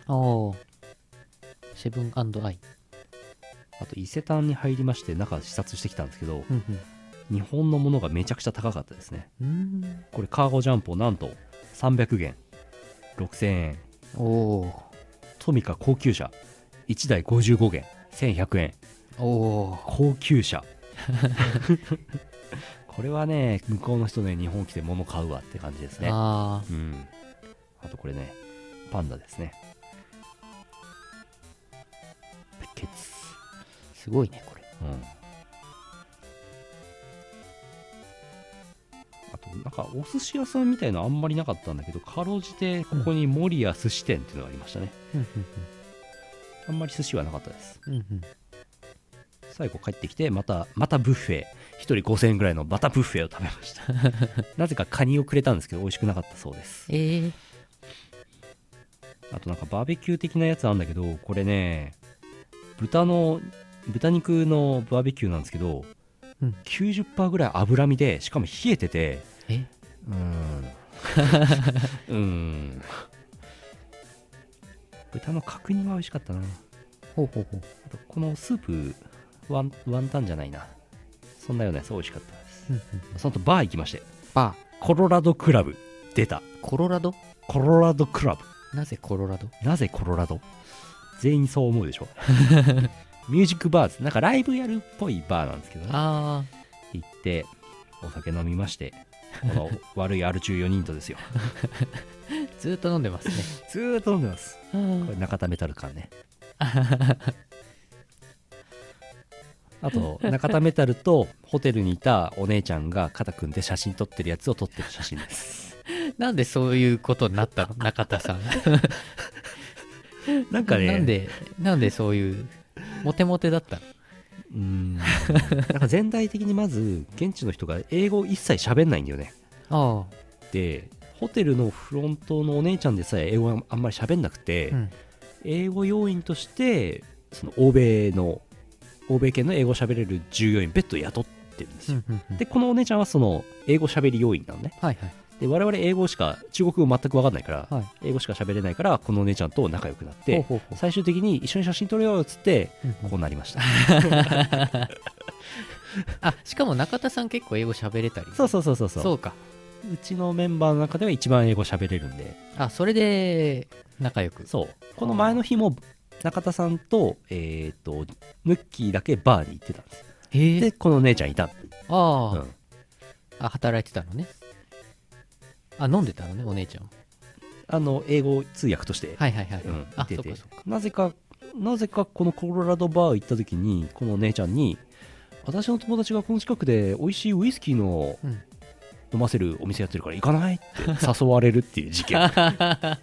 おおセブンアイ。あと伊勢丹に入りまして中視察してきたんですけどうん日本のものがめちゃくちゃ高かったですねうん。これカーゴジャンプをなんと300元6000円おおトミカ高級車1台55元1100円ー。おー高級車 これはね向こうの人ね日本来て物買うわって感じですねあうんあとこれねパンダですねペケツーすごいね、これ。うんあとなんかお寿司屋さんみたいのあんまりなかったんだけどかろうじてここに守谷寿司店っていうのがありましたね、うんあんまり寿司はなかったですうんうん。うんうん。最後帰ってきてまたまたブッフェ1人5000円ぐらいのまたブッフェを食べましたなぜかカニをくれたんですけど美味しくなかったそうですええー。あとなんかバーベキュー的なやつあんだけどこれね豚の豚肉のバーベキューなんですけど、うん90%ぐらい脂身でしかも冷えててえうーんうーん豚の角煮は美味しかったなほうほうほう。あとこのスープワンワンタンじゃないなそんなようなやつ美味しかったですうんうん。その後バー行きましてバコロラドクラブ出たー。コロラドコロラドクラブなぜコロラドなぜコロラド全員そう思うでしょミュージックバーズなんかライブやるっぽいバーなんですけどねあ行ってお酒飲みましてこの悪い R14 人とですよあ。ずーっと飲んでますね。ずーっと飲んでます あこれ中田メタル感ねあと中田メタルとホテルにいたお姉ちゃんが肩組んで写真撮ってるやつを撮ってる写真ですーなんでそういうことになったの中田さ ん。なんかねなんで、なんでそういう、モテモテだったのうーんなんか全体的にまず現地の人が英語一切喋んないんだよねあでホテルのフロントのお姉ちゃんでさえ英語あんまり喋んなくて、うん英語要員としてその欧米の欧米圏の英語喋れる従業員別途雇ってるんですあ。よ、うんうん。でこのお姉ちゃんはその英語喋り要員なのねはいはい。で我々英語しか中国語全く分かんないから、はい英語しか喋れないからこのお姉ちゃんと仲良くなってほうほうほう最終的に一緒に写真撮れようっつってうんうんこうなりま したあ、しかも中田さん結構英語喋れたり。そうそうそうそうそうそうか。うちのメンバーの中では一番英語喋れるんであ、それで、仲良く。そうこの前の日も中田さんとえっ、とヌッキーだけバーに行ってたんですへえ。でこの姉ちゃんいたあうあん、あ、働いてたのね。あ、飲んでたのね、お姉ちゃんは。あの英語通訳として、はいはいはい。うん、あ、いてそうてかそうか。なぜかなぜかこのコロラドバー行った時にこのお姉ちゃんに私の友達がこの近くで美味しいウイスキーのうん飲ませるお店やってるから行かないって誘われるっていう事 件 な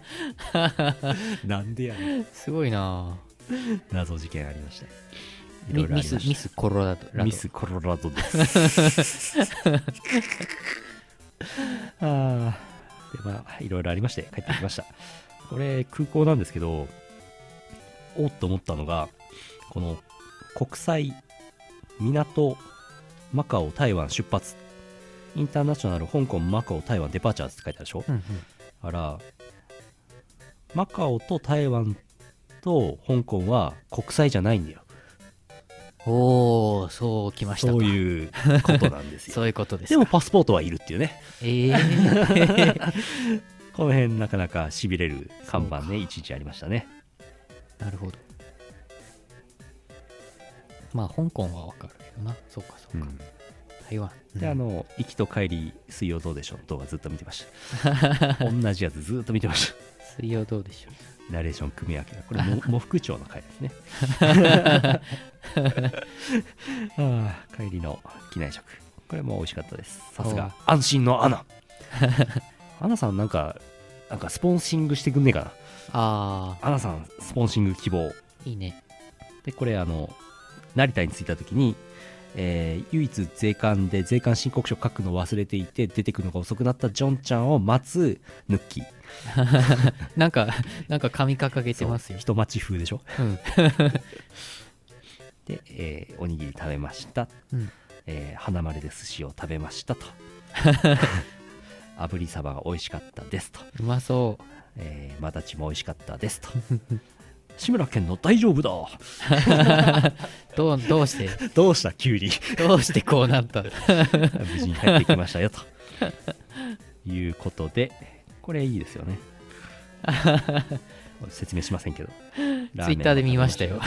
んでやねんすごいなあ謎事件ありましたいろミいろあミりスま、したミスコロラド。ミスコロラド です。 あーで、まあ、いろいろありまして、帰ってきました。これ、空港なんですけど、おっと思ったのが、この、国際、港、マカオ、台湾出発、インターナショナル、香港、マカオ、台湾、デパーチャーズって書いてあるでしょうんうん。あら、マカオと台湾と香港は国際じゃないんだよ。おおそうきましたか。そうう。いうことなんですよ。 そういうことですでか。もパスポートはいるっていうね。ええ。この辺なかなかしびれる看板ね、いちいちありましたね。 なるほど。まあ、香港はわかるけどな。そうかそうか。台湾。で、あの、行きと帰り、水曜どうでしょう動画ずっと見てま した。同じやつずっと見てました。水曜どうでしょう。ナレーション組み分けが。これ、も喪服長の回です ね。ああ帰りの機内食。これも美味しかったです。さすが、安心のアナ。アナさん、なんか、なんかスポンシングしてくんねえかな。あアナさん、スポンシング希望。あ、いいね。でこれあの成田に着いた時に、えー唯一税関で税関申告書書くのを忘れていて出てくるのが遅くなったジョンちゃんを待つヌッキーなんか、なんか紙掲げてますよ。人待ち風でしょうん。で、えーおにぎり食べました、うんえー花丸で寿司を食べましたと炙りサバが美味しかったですと、うまそう。えーマダチも美味しかったですと志村けんの大丈夫だどうどうしてどうした急にどうしてこうなったの無事に帰ってきましたよということでこれいいですよね説明しませんけどツイッターで見ましたよ。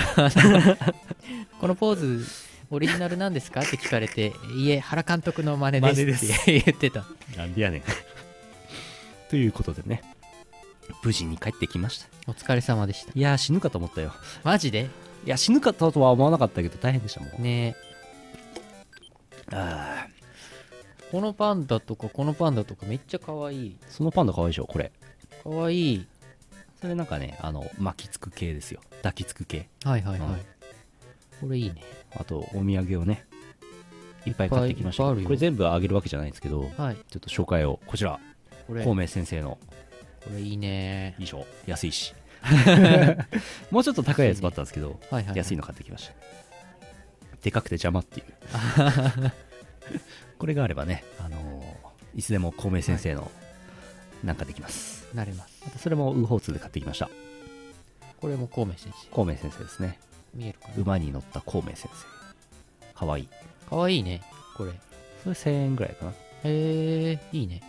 このポーズ、オリジナルなんですかって聞かれて、いえ、原監督の真似真似でですすって言ってた。なんでやねんということでね無事に帰ってきましたお疲れ様でした。いやー死ぬかと思ったよマジでいや死ぬかとは思わなかったけど大変でしたもんねあーえこのパンダとかこのパンダとかめっちゃ可愛い。そのパンダかわいいでしょこれ可愛い。それなんかねあの巻きつく系ですよ抱きつく系はいはいはい。これいいね。あとお土産をねいっぱい買ってきましたけいどっぱいあるよこれ全部あげるわけじゃないんですけどはい。ちょっと紹介をこちらこれ、孔こ明先生のれいいね。衣装安い しもうちょっと高いやつもあったんですけどはいはい、はい。安いの買ってきましたでかくて邪魔っていう これがあればね、あのーいつでも孔明先生のなんかできます、なれます。またそれもウーホーツーで買ってきましたこれも孔明先生。孔明先生ですね見えるかな。馬に乗った孔明先生かわいい可愛いね。これ。それ1000円ぐらいかなへえ、いいね。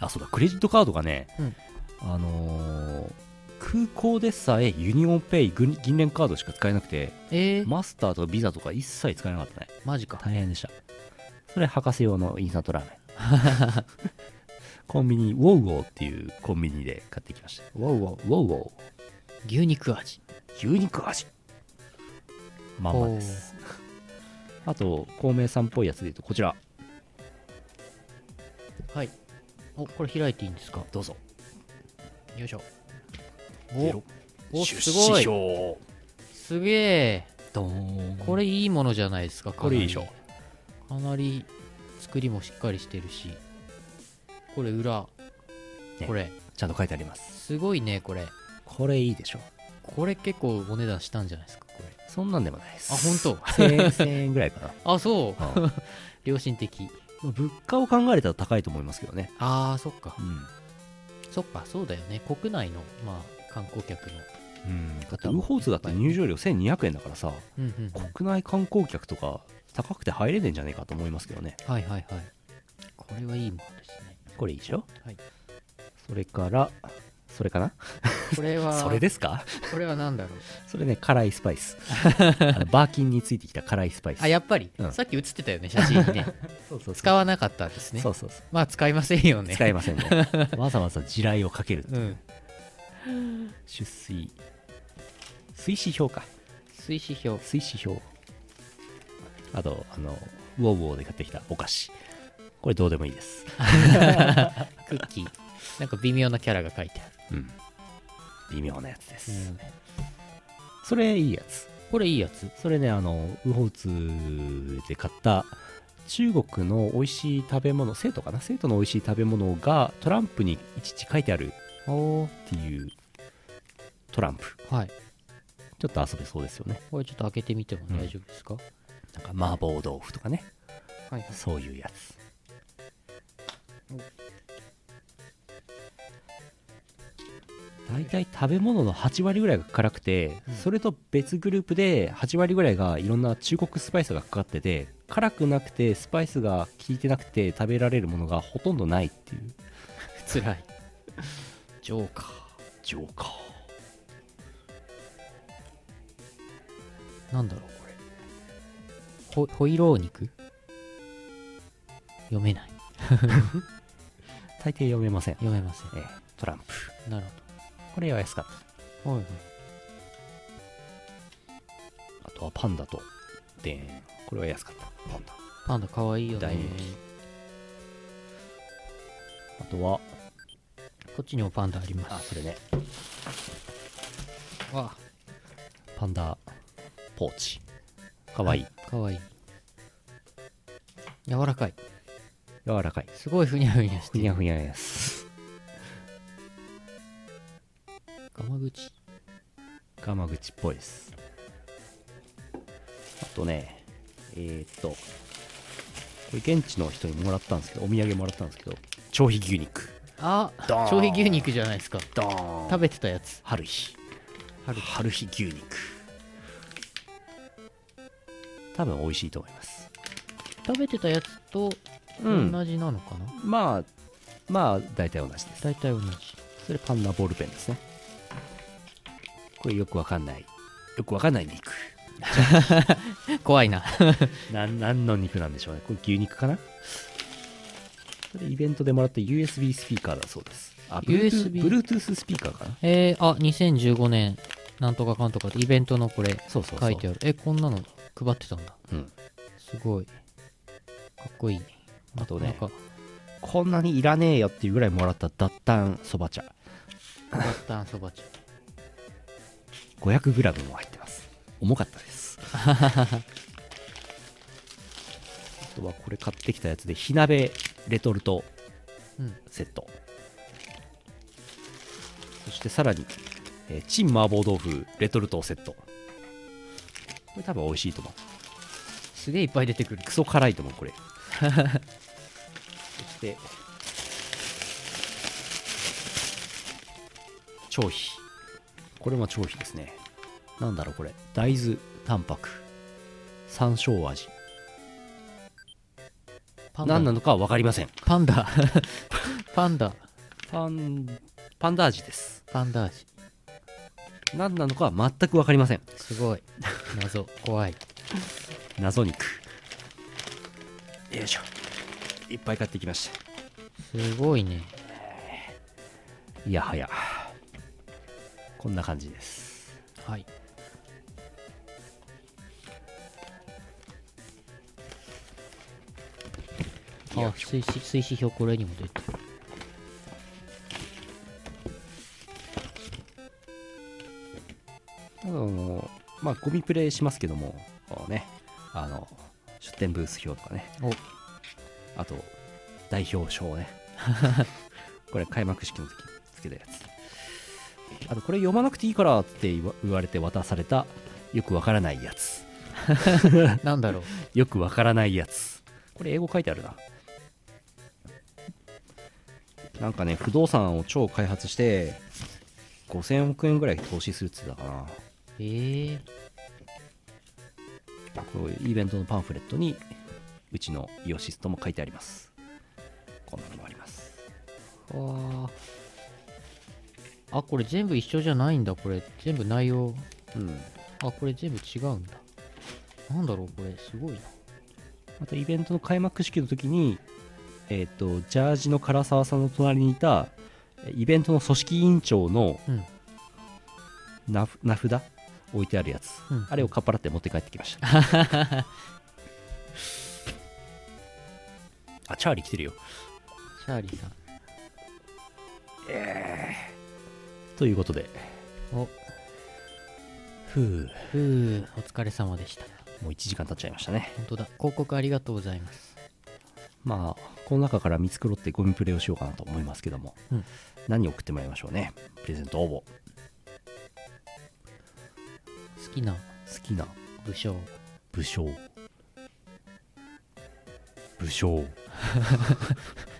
あそうだクレジットカードがね、うんあのー空港でさえユニオンペイぐ銀聯カードしか使えなくてえー、マスターとかビザとか一切使えなかったねマジか。大変でしたそれ博士用のインスタントラーメン コンビニウォウウォウっていうコンビニで買ってきましたウォウウォウウォウウォウ牛肉味。牛肉味まんまですあと孔明さんっぽいやつで言うとこちらはい。お、これ開いていいんですかどうぞよいしょ。ゲロお、お出す資ごい。表すげえ。ドーンこれいいものじゃないですか。かこなりれいいでしょ。かなり作りもしっかりしてるし。これ裏。ねこれ。ちゃんと書いてありますすごいね、これ。これいいでしょこれ結構お値段したんじゃないですか、これ。そんなんでもないですあ、本1000円1000円ぐらいか当。あ、そう。 な、うん良心的。物価を考えれたら高いと思いますけどね、あー、そっかう。ん、そっか、そうだよね。国内の、まあ、観光客の。うん、だってウーホーツだって入場料1200円だからさうんうん。国内観光客とか高くて入れねえんじゃねえかと思いますけどねはいはいはい。これはいいものですね。これいいでしょはいそれからそれかなこれ は、それですかこれは何だろう。それね辛いスパイ スあのバーキンについてきた辛いスパイスあ、やっぱり、うんさっき映ってたよね、写真に ね。そうそうそう使わなかったんですね。そうそうそうまあ、使いませんよね。使いません ねわざわざ地雷をかけるうん。出水水死表か水死表。水死表あとあのウォーウォーで買ってきたお菓子これどうでもいいですクッキー。なんか微妙なキャラが書いてある。うん微妙なやつです、うんそれいいやつこれいいやつ。それねあのウホーツで買った中国の美味しい食べ物生徒かな生徒の美味しい食べ物がトランプにいちいち書いてあるおー。っていうトランプはい。ちょっと遊べそうですよねこれちょっと開けてみても大丈夫ですか、なんか麻婆豆腐とかねはいはい。そういうやつ大体食べ物の8割ぐらいが辛くて、うんそれと別グループで8割ぐらいがいろんな中国スパイスがかかってて辛くなくてスパイスが効いてなくて食べられるものがほとんどないっていうつらい。ジョーカー。ジョーカーなんだろう、これ。ほ、ホイロー肉読めない。大抵読めません、え読めません。えトランプなるこれは安かったほど。はいあとはパンダとでんこれは安かったパンダパンダ可愛いよ大ね人。あとはこっちにもパンダありまあそれねす。わパンダポーチかわいいあ、かわいい。柔らかい。柔らかいすごいふにゃふにゃしふてにゃる。ふにゃですガマ口。ガマ口っぽいですあとねえー、っとこれ現地の人にもらったんですけどお土産もらったんですけど消費牛肉あドーン消費牛肉じゃないですか。ドーン食べてたやつ。春日春春日牛肉多分美味しいと思います食べてたやつとうん同じなのかな、まあまあ大体同じです大体同じ それパンナボールペンですねこれよくわかんないよくわかんない肉怖いななん何の肉なんでしょうねこれ牛肉かなそれイベントでもらった USB スピーカーだそうですあ USB Bluetooth スピーカーかなえー、あ2015年なんとかかんとかってイベントのこれそうそうそう書いてあるえこんなの配ってたんだうん、すごいかっこいいあとねなんかこんなにいらねえよっていうぐらいもらった脱炭そば茶バッタンそば茶 500g も入ってます重かったですあとはこれ買ってきたやつで火鍋レトルトうんセット、そしてさらに、えー、チン麻婆豆腐レトルトセットこれ多分美味しいと思うすげえいっぱい出てくるクソ辛いと思うこれ そして長皮これも長皮ですねなんだろうこれ大豆タンパク山椒味パンダ何なのかは分かりませんパンダ パンダパンパンダ味ですパンダ味何なのかは全く分かりませんすごい謎怖い謎肉よいしょいっぱい買ってきましたすごいねいやはやこんな感じですはいあ水死水死表これにも出てるあのまあゴミプレイしますけどもこうねあの出店ブース表とかねおあと代表賞ね これ開幕式の時につけたやつあとこれ読まなくていいからって言わ言われて渡されたよくわからないやつなんだろうよくわからないやつこれ英語書いてあるななんかね不動産を超開発して5000億円ぐらい投資するって言ってたかな ええこういうイベントのパンフレットにうちのイオシスとも書いてありますこんなのもありますああこれ全部一緒じゃないんだこれ全部内容うんあこれ全部違うんだなんだろうこれすごいなまたイベントの開幕式の時にえっ、とジャージの唐沢さんの隣にいたえイベントの組織委員長のうん名,、名札置いてあるやつ、うんあれをかっぱらって持って帰ってきま したあチャーリー来てるよチャーリーさんということでおふうふうお疲れ様でしたもう1時間経っちゃいましたね本当だ広告ありがとうございますまあこの中から見繕ってゴミプレイをしようかなと思いますけども、うん何を送ってもらいましょうねプレゼント応募好きな好きな武将武将武将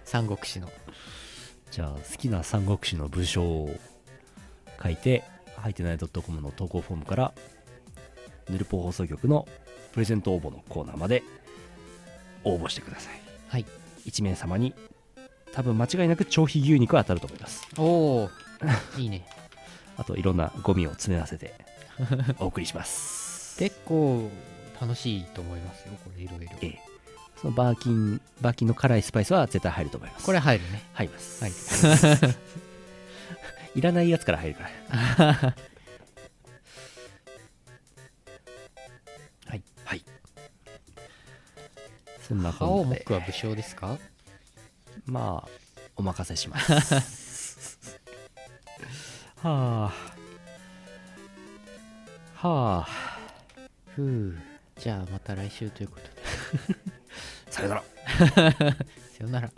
三国志のじゃあ好きな三国志の武将を書いて入ってない .com の投稿フォームからヌルポ放送局のプレゼント応募のコーナーまで応募してくださいはい1名様に多分間違いなく長皮牛肉は当たると思いますおおいいねあといろんなゴミを詰め合わせてお送りし ます。 結構楽しいと思いますよこれいろいろええそのバーキン、バーキンの辛いスパイスは絶対入ると思います。これ入るね入ります。入いらないやつから入るから。 はい。はい。そんな青感じで木、は武将ですかまあ、お任せします。 はあ。はあ。ふうじゃあまた来週ということでさよなら。 さよなら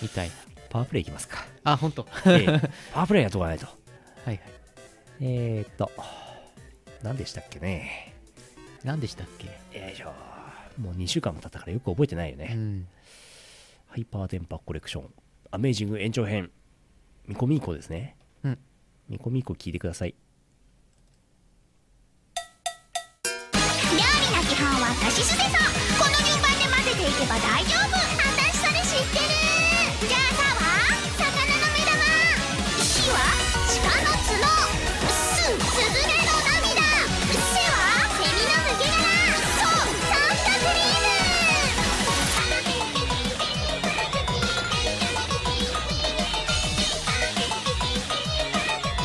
みたいなパワープレイいきますか。あ本当は ええパワープレイやっとかないと。いはいえー、っと、何でしたっけね。何でしたっけよいしょ。もう2週間も経ったからよく覚えてないよね。うんハイパー電波コレクション、アメージング延長編、ミコミーコですね。うんミコミーコ聞いてください。私すせそこの順番で混ぜていけば大丈夫私それ知ってるじゃあさは魚の目玉火は鹿の角すスズメの涙せはセミの抜け殻そうサンタクリーム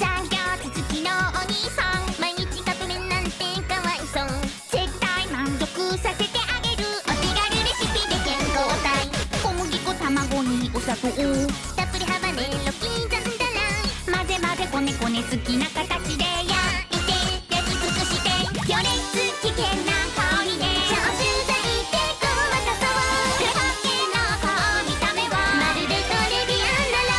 残業続きのお兄さん毎日革命なんてかわいそう絶対満足させてあげるお手軽レシピで健康体小麦粉卵にお砂糖たっぷりハバネロ刻んだら混ぜ混ぜこねこね好きな形で焼いて焼き尽くして余熱危険な香りで消臭剤でごまかそう黒はけの顔見た目はまるでトレビアンなロ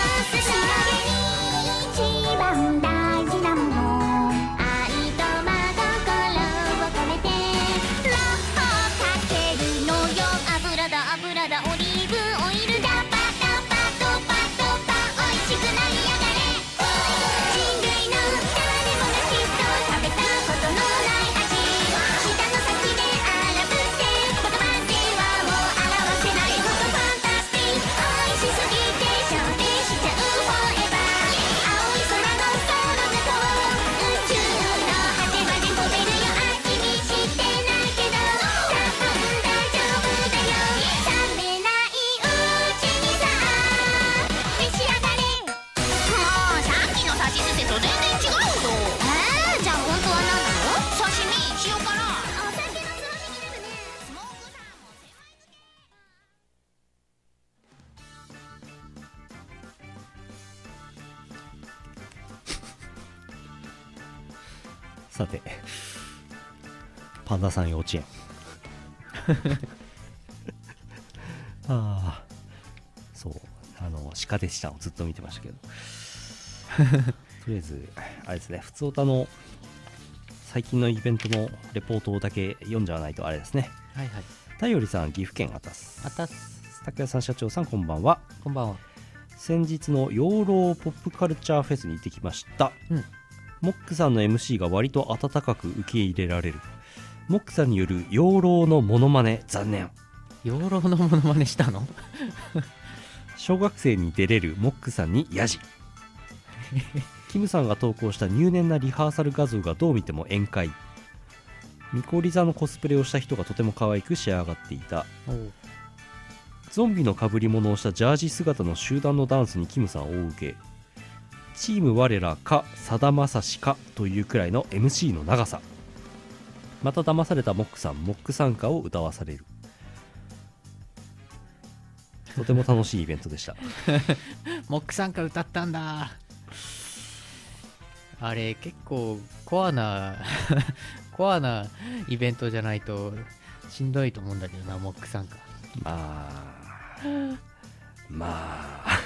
ース仕上げに一番大事なもの愛と真心を込めて魔法かけるのよ油だ油だオリーブオイルだパタパトパトパ美味しくなりやがれ人類の誰もがきっと食べたことのない味舌の先で荒ぶって言葉ではもう表せないほどファンタスティック美味しすぎて消費しちゃうフォーエバー青い空のその向こう宇宙の果てまで飛べるよあ気にしてないけど多分大丈夫だよ冷めないうちにさ召し上がれもうさっきの差し捨てと全然違うよえー、じゃあ本当は何なの刺身塩辛お酒のつまみになるねスモークサーモンさてパンダさん幼稚園ああそうあの鹿でしたをずっと見てましたけどとりあえずあれですね普通歌の最近のイベントのレポートだけ読んじゃわないとあれですねはいはいたよりさん岐阜県あたすあたす竹谷さん社長さんこんばんはこんばんは先日の養老ポップカルチャーフェスに行ってきました、うんモックさんの MC が割と温かく受け入れられるモックさんによる養老のモノマネ残念養老のモノマネしたの小学生に出れるモックさんにヤ ジキムさんが投稿した入念なリハーサル画像がどう見ても宴会ミコリザのコスプレをした人がとても可愛く仕上がっていたゾンビの被り物をしたジャージ姿の集団のダンスにキムさんを大受けチーム我らかさだまさしかというくらいの MC の長さまた騙されたモックさんモック参加を歌わされるとても楽しいイベントでしたモックさんが歌ったんだあれ結構コアな コアなイベントじゃないとしんどいと思うんだけどなモックさんがまあ、まあ、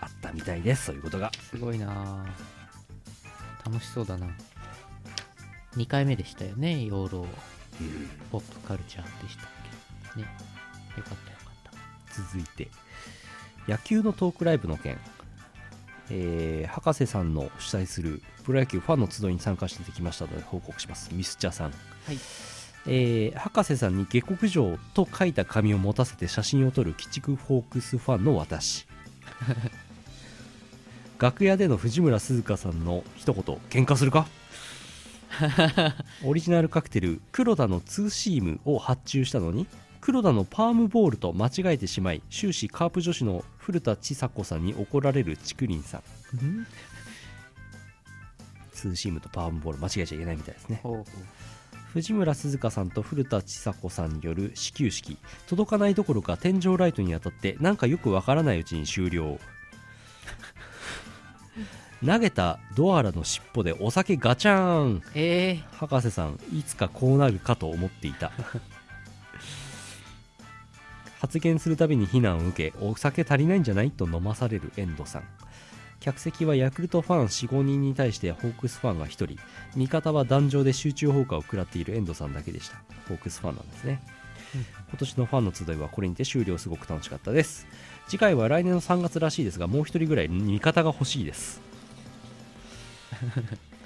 あったみたいです、そういうことが。すごいな楽しそうだな2回目でしたよね養老ポップカルチャーでしたっけねよかったよかった続いて、野球のトークライブの件、えー博士さんの主催するプロ野球ファンの集いに参加してきましたので報告します、ミスチャさん。はいえー博士さんに下克上と書いた紙を持たせて写真を撮る鬼畜ホークスファンの私 楽屋での藤村鈴香さんの一言喧嘩するか オリジナルカクテル黒田のツーシームを発注したのに黒田のパームボールと間違えてしまい終始カープ女子の古田千佐子さんに怒られる竹林さんツーシームとパームボール間違えちゃいけないみたいですねほうほう藤村鈴香さんと古田千佐子さんによる始球式届かないどころか天井ライトに当たってなんかよくわからないうちに終了投げたドアラの尻尾でお酒ガチャーンえー、博士さんいつかこうなるかと思っていた発言するたびに非難を受けお酒足りないんじゃないと飲まされる遠藤さん客席はヤクルトファン45人に対してホークスファンが1人味方は壇上で集中砲火を食らっている遠藤さんだけでしたホークスファンなんですね今年のファンの集いはこれにて終了すごく楽しかったです次回は来年の3月らしいですがもう1人ぐらい味方が欲しいです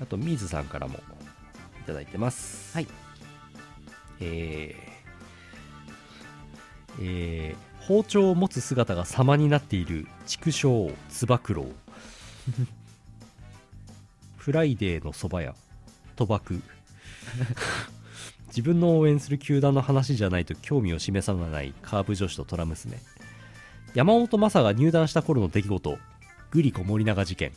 あとミーズさんからもいただいてますはいえーえー包丁を持つ姿が様になっている畜生つば九郎フライデーのそば屋賭博 自分の応援する球団の話じゃないと興味を示さないカーブ女子と虎娘山本昌が入団した頃の出来事グリコ森永事件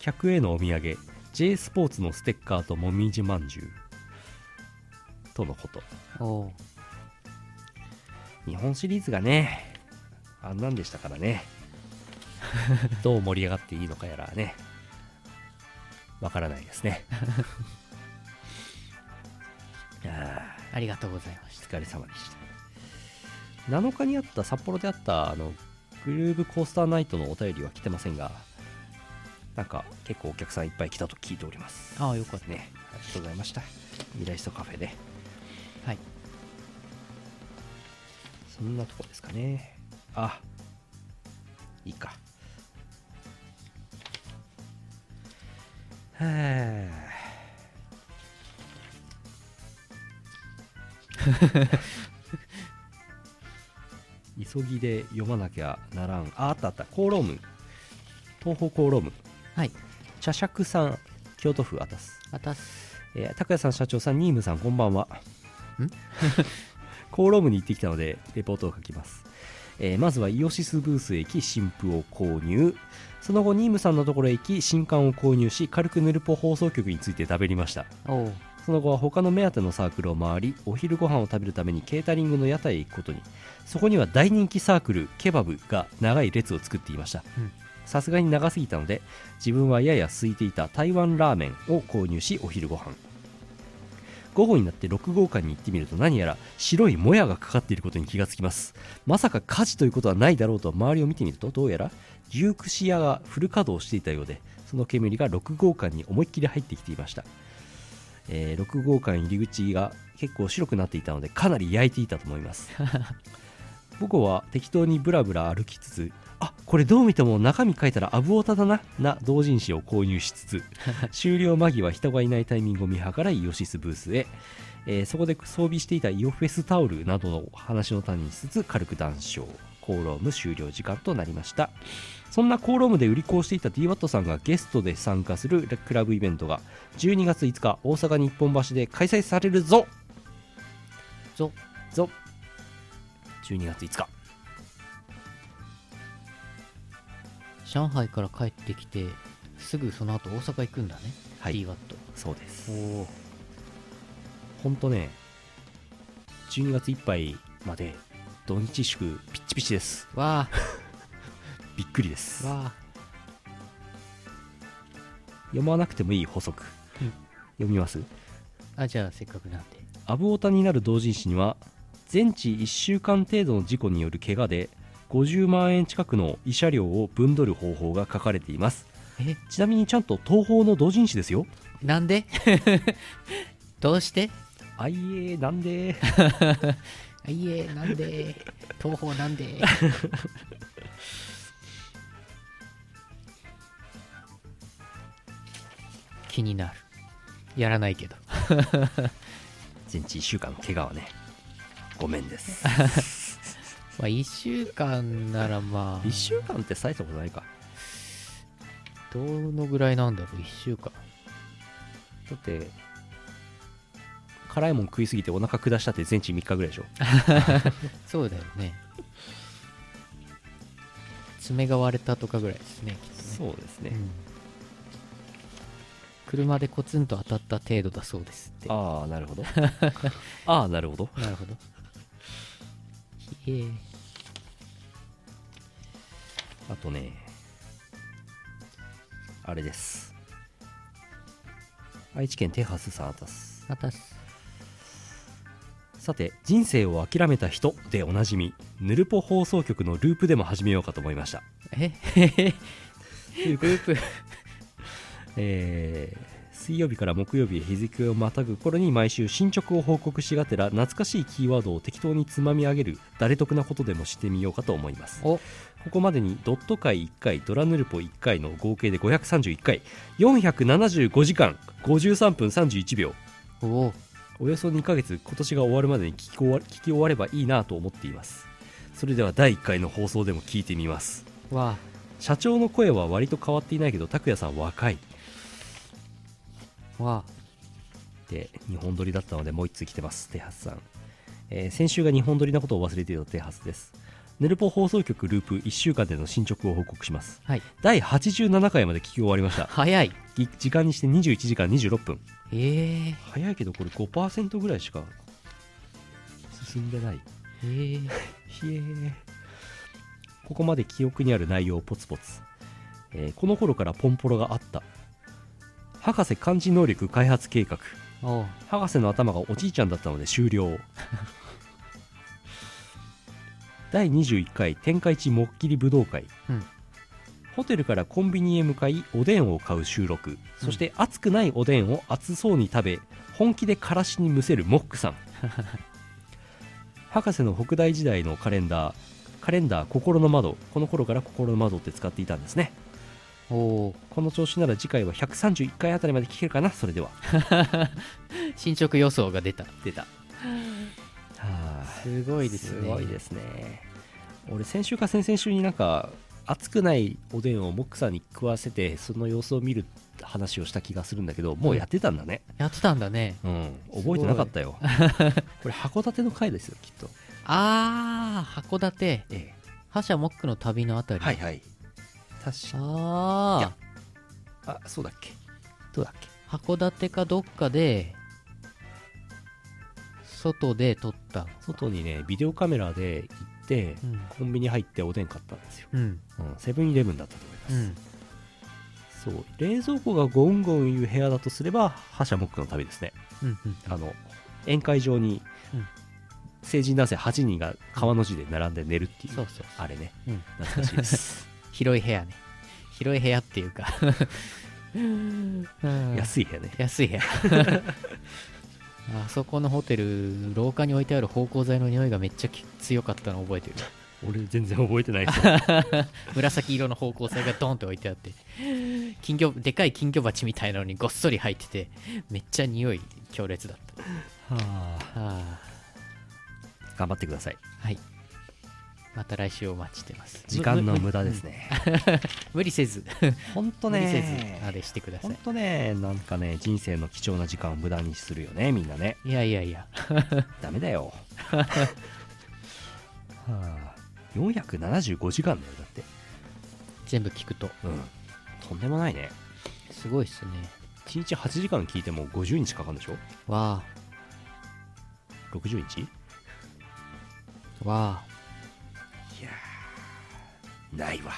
客へのお土産 J スポーツのステッカーともみじまんじゅうとのことお日本シリーズがねあんなんでしたからねどう盛り上がっていいのかやらねわからないですねいやーありがとうございましお疲れ様でした7日にあった札幌であったあのグルーブコースターナイトのお便りは来てませんがなんか結構お客さんいっぱい来たと聞いておりますたああよかったねありがとうございました未来ストカフェではいそんなとこですかねあいいかはあ 急ぎで読まなきゃならんああったあったコーローム東方コーロームはい茶尺さん京都府あたすまたすえー、拓也さん社長さんニームさんこんばんは コーロームに行ってきたのでレポートを書きます、えーまずはイオシスブースへ行き新譜を購入その後ニームさんのところへ行き新刊を購入し軽くヌルポ放送局について食べりましたおうその後は他の目当てのサークルを回りお昼ご飯を食べるためにケータリングの屋台へ行くことにそこには大人気サークルケバブが長い列を作っていましたうんさすがに長すぎたので自分はやや空いていた台湾ラーメンを購入しお昼ご飯午後になって6号館に行ってみると何やら白いもやがかかっていることに気がつきますまさか火事ということはないだろうと周りを見てみるとどうやら牛串屋がフル稼働していたようでその煙が6号館に思いっきり入ってきていましたえー6号館入り口が結構白くなっていたのでかなり焼いていたと思います僕は適当にブラブラ歩きつつあこれどう見ても中身書いたらアブオタだなな同人誌を購入しつつ終了間際人がいないタイミングを見計らいイオシスブースへ、えーそこで装備していたイオフェスタオルなどの話の種にしつつ軽く談笑コーローム終了時間となりましたそんなコーロームで売り子をしていた DWAT さんがゲストで参加するクラブイベントが12月5日大阪日本橋で開催されるぞぞぞ12月5日上海から帰ってきてすぐその後大阪行くんだねはい DWAT そうですおおほんとね12月いっぱいまで土日祝ピッチピチですわびっくりであすわ読まなくてもいい補足、うん読みますああじゃあせっかくなんでアブオタになる同人誌には全治1週間程度の事故による怪我で50万円近くの慰謝料を分取る方法が書かれていますえちなみにちゃんと東宝の同人誌ですよなんで どうしてあいえーなんで あいえなんで東宝なんで 気になるやらないけど全治1週間の怪我はねごめんです まあ1週間ならまあ1週間って大したことないかどのぐらいなんだろう1週間だって辛いもん食いすぎてお腹下したって全治3日ぐらいでしょそうだよね爪が割れたとかぐらいですねきっとね そうですねうん車でコツンと当たった程度だそうですってああな るほどああなるほどなるほど。ひえあとねあれです愛知県テハスさんあたすまたす。さて人生を諦めた人でおなじみヌルポ放送局のループでも始めようかと思いました えグループ。えー水曜日から木曜日へ日付をまたぐ頃に毎週進捗を報告しがてら懐かしいキーワードを適当につまみ上げる誰得なことでもしてみようかと思いますおここまでにドット回1回ドラヌルポ1回の合計で531回475時間53分31秒おおおよそ2ヶ月今年が終わるまでに聞き終わ聞き終わればいいなと思っていますそれでは第1回の放送でも聞いてみますわ社長の声は割と変わっていないけど拓也さん若いっあわて日本撮りだったのでもう1通来てますテハスさん、えー先週が日本撮りなことを忘れていたテハスですヌルポ放送局ループ1週間での進捗を報告しますはい第87回まで聞き終わりましたあ早いぎ時間にして21時間26分ええ早いけどこれ5%ぐらいしか進んでないええひえーここまで記憶にある内容をポツポツ、えーこの頃からポンポロがあった博士漢字能力開発計画おう博士の頭がおじいちゃんだったので終 了第21回天下一もっきり武道会、うんホテルからコンビニへ向かいおでんを買う収録そして熱くないおでんを熱そうに食べ本気でからしにむせるモック さん博士の北大時代のカレンダーカレンダー心の窓この頃から心の窓って使っていたんですねおうこの調子なら次回は131回あたりまで聞けるかなそれでは進捗予想が出た出たはあすごいですねすごいですね俺先週か先々週になんか熱くないおでんをモックさんに食わせてその様子を見る話をした気がするんだけどもうやってたんだねやってたんだねうんす覚ごえいてなかったよ これ函館の回ですよきっとああ函館え覇者モックの旅のあたり、はいはい確かいあやあそうだっけどうだっけあ函館かどっかで外で撮ったの外にねビデオカメラで行ってうんコンビニ入っておでん買ったんですよ、うんうん、セブンイレブンだったと思います、うんそう冷蔵庫がゴンゴンいう部屋だとすれば覇者モックの旅ですねうんうんあの宴会場にうん成人男性8人が川の字で並んで寝るっていう、そうそうあれね、うん懐かしいです 広い部屋ね広い部屋っていうか うん安い部屋ね安い部屋 あそこのホテル廊下に置いてある芳香剤の匂いがめっちゃき強かったの覚えてる俺全然覚えてないです紫色の芳香剤がドンって置いてあって金魚でかい金魚鉢みたいなのにごっそり入っててめっちゃ匂い強烈だっはあた、は 頑張ってくださいあ、はいまた来週お待ちしてます時間の無駄ですね無理せず本当無理せずあねれしてくださ本い当ねなんかね人生の貴重な時間を無駄にするよねみんなねいやいやいやダメだ よはあ475時間だよだって全部聞くとうんとんでもないねすごいっすね1日8時間聞いても50日かかるんでしょわ60日あわあないわ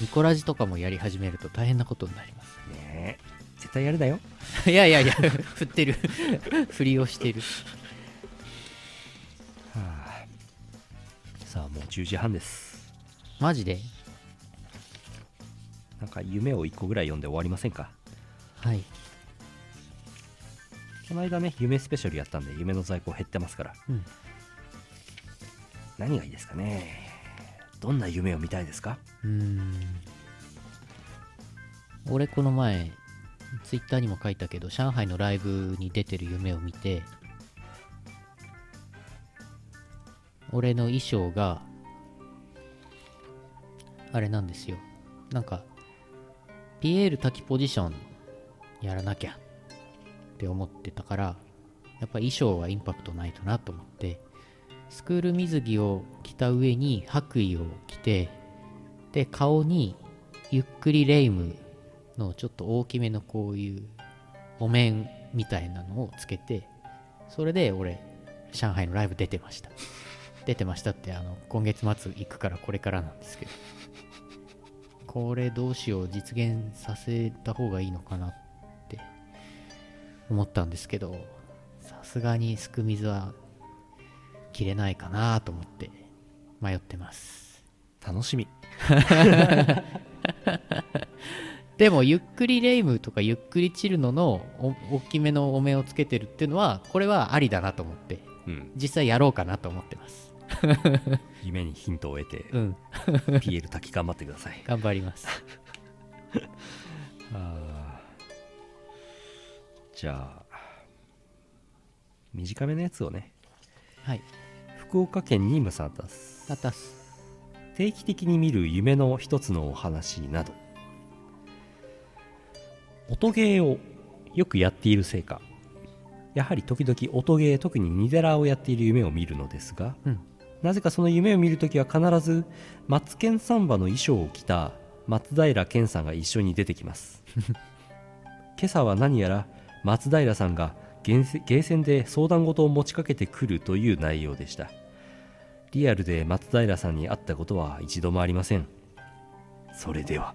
ニコラジとかもやり始めると大変なことになりますねえ絶対やるなよ いやいやいや、振ってる。 振りをしてる。さあもう10時半ですマジでなんか夢を1個ぐらい読んで終わりませんかはい。この間ね夢スペシャルやったんで夢の在庫減ってますから、うん何がいいですかねどんな夢を見たいですかうーん。俺、この前、ツイッターにも書いたけど、上海のライブに出てる夢を見て、俺の衣装が、あれなんですよ。なんか、ピエール滝ポジションやらなきゃって思ってたから、やっぱ衣装はインパクトないとなと思って、スクール水着を着た上に白衣を着て、で、顔にゆっくりレイムのちょっと大きめのこういうお面みたいなのをつけて、それで俺、上海のライブ出てました。出てましたって、あの、今月末行くからこれからなんですけど。これどうしよう、実現させた方がいいのかなって思ったんですけど、さすがにすく水は切れないかなと思って迷ってます。楽しみでもゆっくりレイムとかゆっくりチルノのお大きめのお面をつけてるっていうのはこれはありだなと思ってうん、実際やろうかなと思ってます夢にヒントを得て、うん PL 滝頑張ってくださ い。頑張りますあーじゃあ、短めのやつをね、 はい福岡県にムサタス。タタス定期的に見る夢の一つのお話など音ゲーをよくやっているせいかやはり時々音ゲー特にニデラーをやっている夢を見るのですが、うんなぜかその夢を見るときは必ずマツケンサンバの衣装を着た松平健さんが一緒に出てきます 今朝は何やら松平さんがゲーセゲーセンで相談事を持ちかけてくるという内容でしたリアルで松平さんに会ったことは一度もありませんそれ では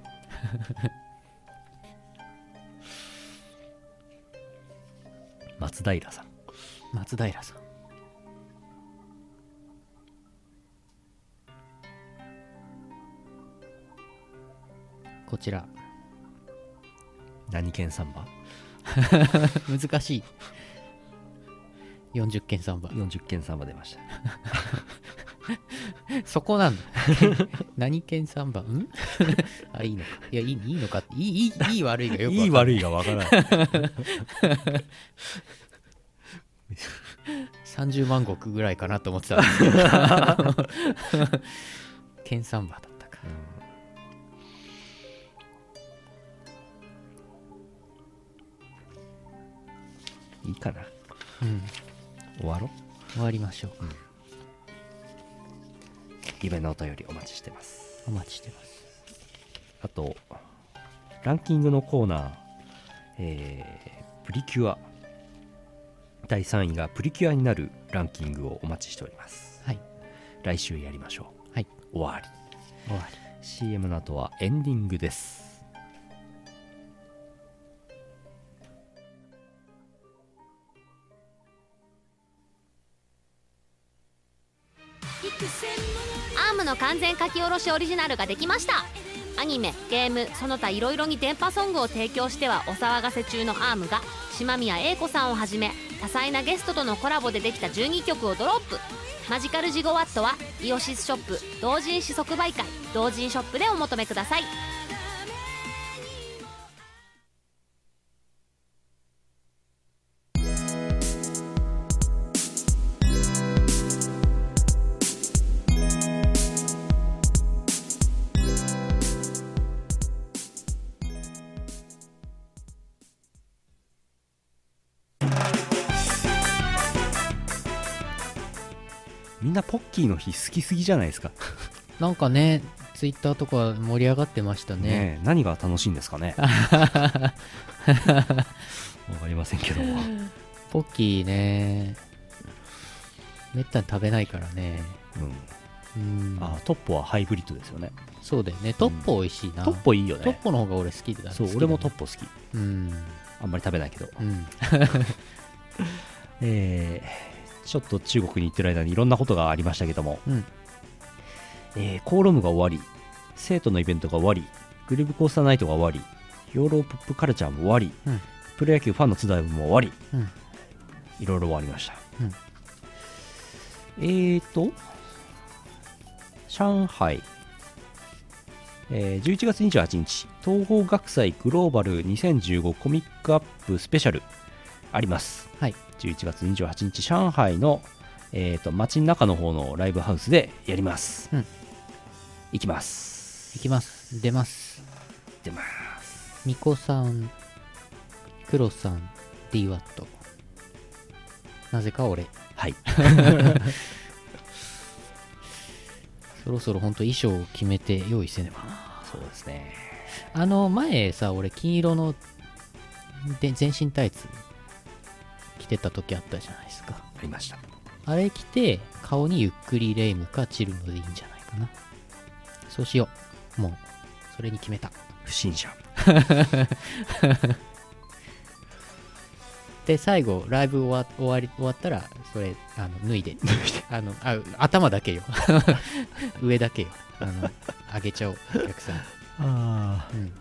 松平さん松平さんこちら 何県サンバ難しい40件3番40県サンバ出ましたそこなんだ 何県3番ん あいいのかいやいいいいのかっていいいいいい悪いがよくわかんないい悪いがわからない30万石ぐらいかなと思ってたんですけど 県3番だったかいいかなうん終わろ終わりましょう夢のお便りお待ちしてますお待ちしてますあとランキングのコーナー、えープリキュア第3位がプリキュアになるランキングをお待ちしておりますはい来週やりましょうはい終わり終わり CM の後はエンディングですアームの完全書き下ろしオリジナルができましたアニメゲームその他いろいろに電波ソングを提供してはお騒がせ中のアームが島宮英子さんをはじめ多彩なゲストとのコラボでできた12曲をドロップマジカルジゴワットはイオシスショップ同人誌即売会同人ショップでお求めくださいみんなポッキーの日好きすぎじゃないですかなんかねツイッターとか盛り上がってましたねねえ何が楽しいんですか ねわかりませんけどもポッキーねめったに食べないからねうんうんあトッポはハイブリッドですよねそうだよねトッポ美味しいな、トッポいいよトッねポの方が俺好きだそう俺もトッポポ好きうんあんまり食べないけどうんえーちょっと中国に行ってる間にいろんなことがありましたけども、うんえーコーロムが終わり生徒のイベントが終わりグループコースターナイトが終わりヨーロッパップカルチャーも終わり、うんプロ野球ファンの津田も終わり、うんいろいろ終わりました、うんえーと上海えー11月28日東方学祭グローバル2015コミックアップスペシャルあります、はい、 11月28日上海の、えー、と街の中の方のライブハウスでやります、うん行きますいきます出ます行ってますミコさんクロさん DWAT なぜか俺はいそろそろほんと衣装を決めて用意せねばなそうですねあの前さ俺金色ので全身タイツ着てた時あったじゃないですかありましたあれ着て顔にゆっくりレイムかチルムでいいんじゃないかなそうしようもうそれに決めた不審者で最後ライブ終わ終わり終わったらそれあの脱いであのあ頭だけよ 上だけよあの上げちゃおうお客さん、あうん、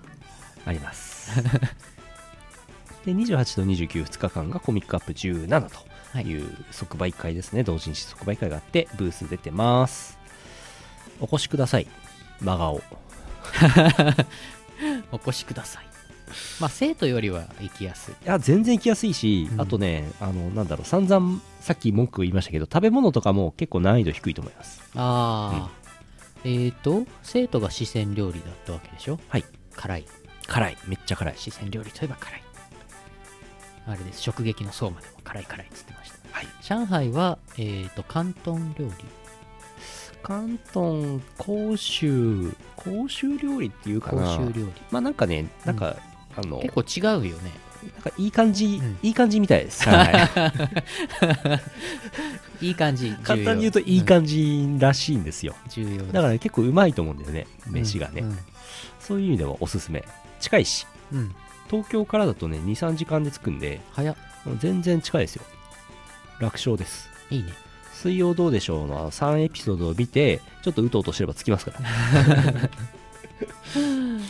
あります で28と292日間がコミックアップ17という即売会ですね、同人誌即売会があってブース出てますお越しください真顔お越しくださいまあ生徒よりは行きやすいいや全然行きやすいし、うんあとねあのなんだろう散々さっき文句言いましたけど食べ物とかも結構難易度低いと思いますああ、えっ、と生徒が四川料理だったわけでしょはい辛い辛いめっちゃ辛い四川料理といえば辛いあれです食撃の相馬でも辛い辛いっつってましたはい上海はえっ、と広東料理広東甲州甲州料理っていうか甲な州料理まあなんかねなんか、あの結構違うよねなんかいい感じ、うんいい感じみたい です上海いい感じ簡単に言うといい感じらしいんですよ、じ、重要だからね結構うまいと思うんだよね飯がね、うんそういう意味ではおすすめ近いしうんうん東京からだとね23時間で着くんで早っ全然近いですよ楽勝ですいいね水曜どうでしょうのあの3エピソードを見てちょっとうとうとしてればつきますからこん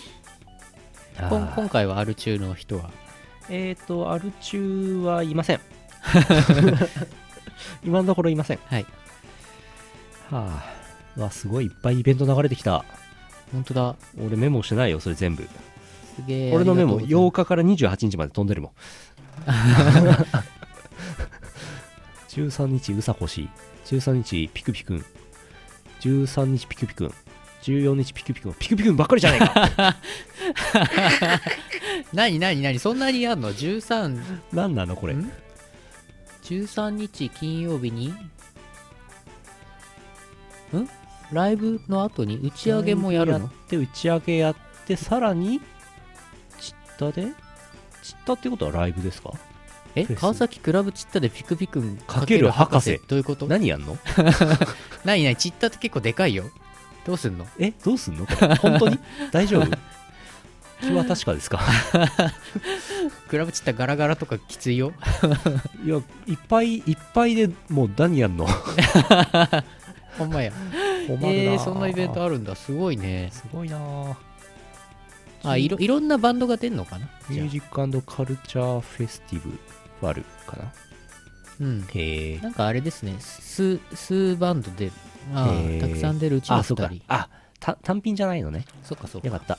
あー今回はアル中の人はえっ、ー、とアル中はいません今のところいませんはいはあわすごいいっぱいイベント流れてきた本当だ俺メモしてないよそれ全部すげえ俺のメあモりがとう8ござい日から28日まで飛んで るもん13日うさこし13日ピクピクン13日ピクピクン14日ピクピクンピクピクンばっかりじゃない かます何何何そんなにやんの 13, 何なのこれん13日金曜日にんライブの後に打ち上げもやるので打ち上げやってさらにちったでちったってことはライブですかえフェス川崎クラブチッタでピクピクンかける博士どういうこと何やんの何何チッタって結構でかいよどうすんのえどうすんのこ れ本当に大丈夫気は確かです かクラブチッタガラガラとかきついよいやいっぱいいっぱいでもう何やんのほんまや困るなえー、そんなイベントあるんだすごいねすごいなああいろいろんなバンドが出んのかなミじュゃージックカルチャーフェスティブファルかなあうんへえなんかあれですね数数バンドであーへーたくさん出るうちのあ2そうか人あた単品じゃないのねそっかそっよかかった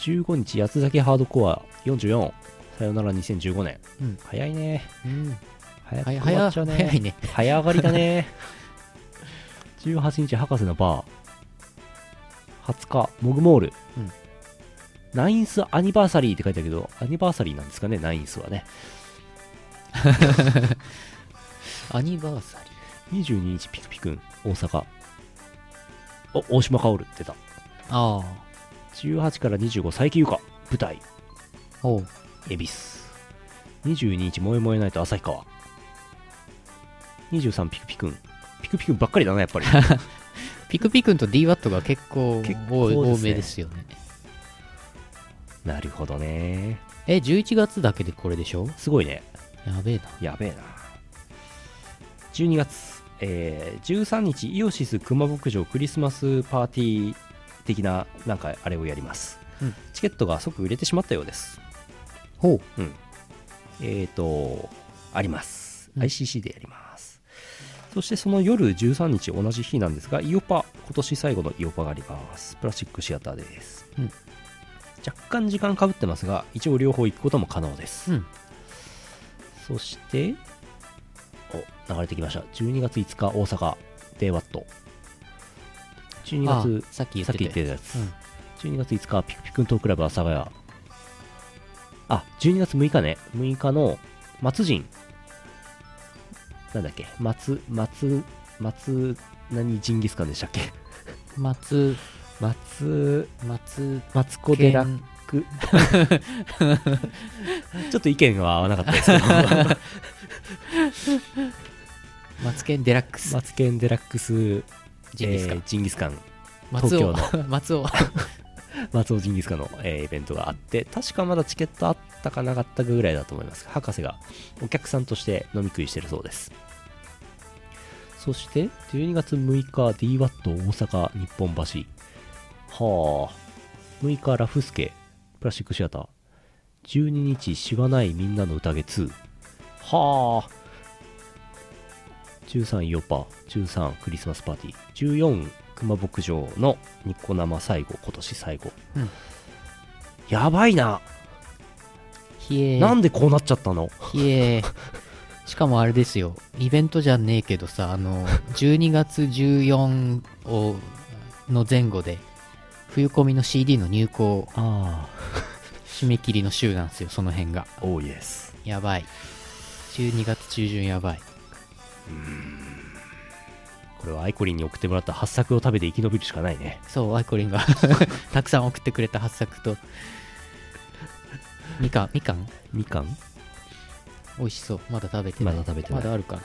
15日八つ崎ハードコア44さよなら2015年、うん早いねうん早くは終やわ早っちゃうね早いね早上がりだね18日博士のバー20日モグモール、うんナインスアニバーサリーって書いてあるけどアニバーサリーなんですかねナインスはねアニバーサリ22日ピクピクン大阪お大島薫出たーああ18から25佐伯優香舞台おう恵比寿22日萌え萌えナイト旭川23ピクピクンピクピクンばっかりだなやっぱりピクピクンと DWAT が結構結構多いで多すねめですよねなるほどねえ11月だけでこれでしょすごいねやべえなやべえな12月、えー13日イオシス熊牧場クリスマスパーティー的ななんかあれをやります、うんチケットが即売れてしまったようですほえっ、とありますうん ICC でやります、そしてその夜13日同じ日なんですがイオパ今年最後のイオパがありますプラスチックシアターです、うん若干時間かぶってますが一応両方行くことも可能です、うんそしてお流れてきました12月5日大阪 DWAT 12うあ月さっき言っさってきた言やってつたやつ、12月5日ピクピクントークラブ阿佐ヶ谷あ12月6日ね6日の松陣なんだっけ松松松何ジンギスカンでしたっけ 松松松松子寺健区ちょっと意見は合わなかったですけど 松健デラックス松健デラックスジンギスカンえージンギスカン松尾東 松尾 松尾ジンギスカンの、えーイベントがあって確かまだチケットあったかなかったかぐらいだと思います博士がお客さんとして飲み食いしてるそうですそして12月6日 DWAT 大阪日本橋はあ6日ラフスケプラスチックシアター12日しがないみんなの宴2はあ13ヨパ13クリスマスパーティー14熊牧場のニコ生最後今年最後、うんやばいな、ひえなんでこうなっちゃったのひえしかもあれですよイベントじゃねえけどさあの12月14をの前後で冬コミの CD の入稿あ締め切りの週なんですよその辺があおーイエスやばい12月中旬やばいこれはアイコリンに送ってもらった発作を食べて生き延びるしかないねそう、アイコリンが たくさん送ってくれた発作と、みかん、みかんみかん美味しそう。まだ食べてない。まだ食べてないまだあるかな。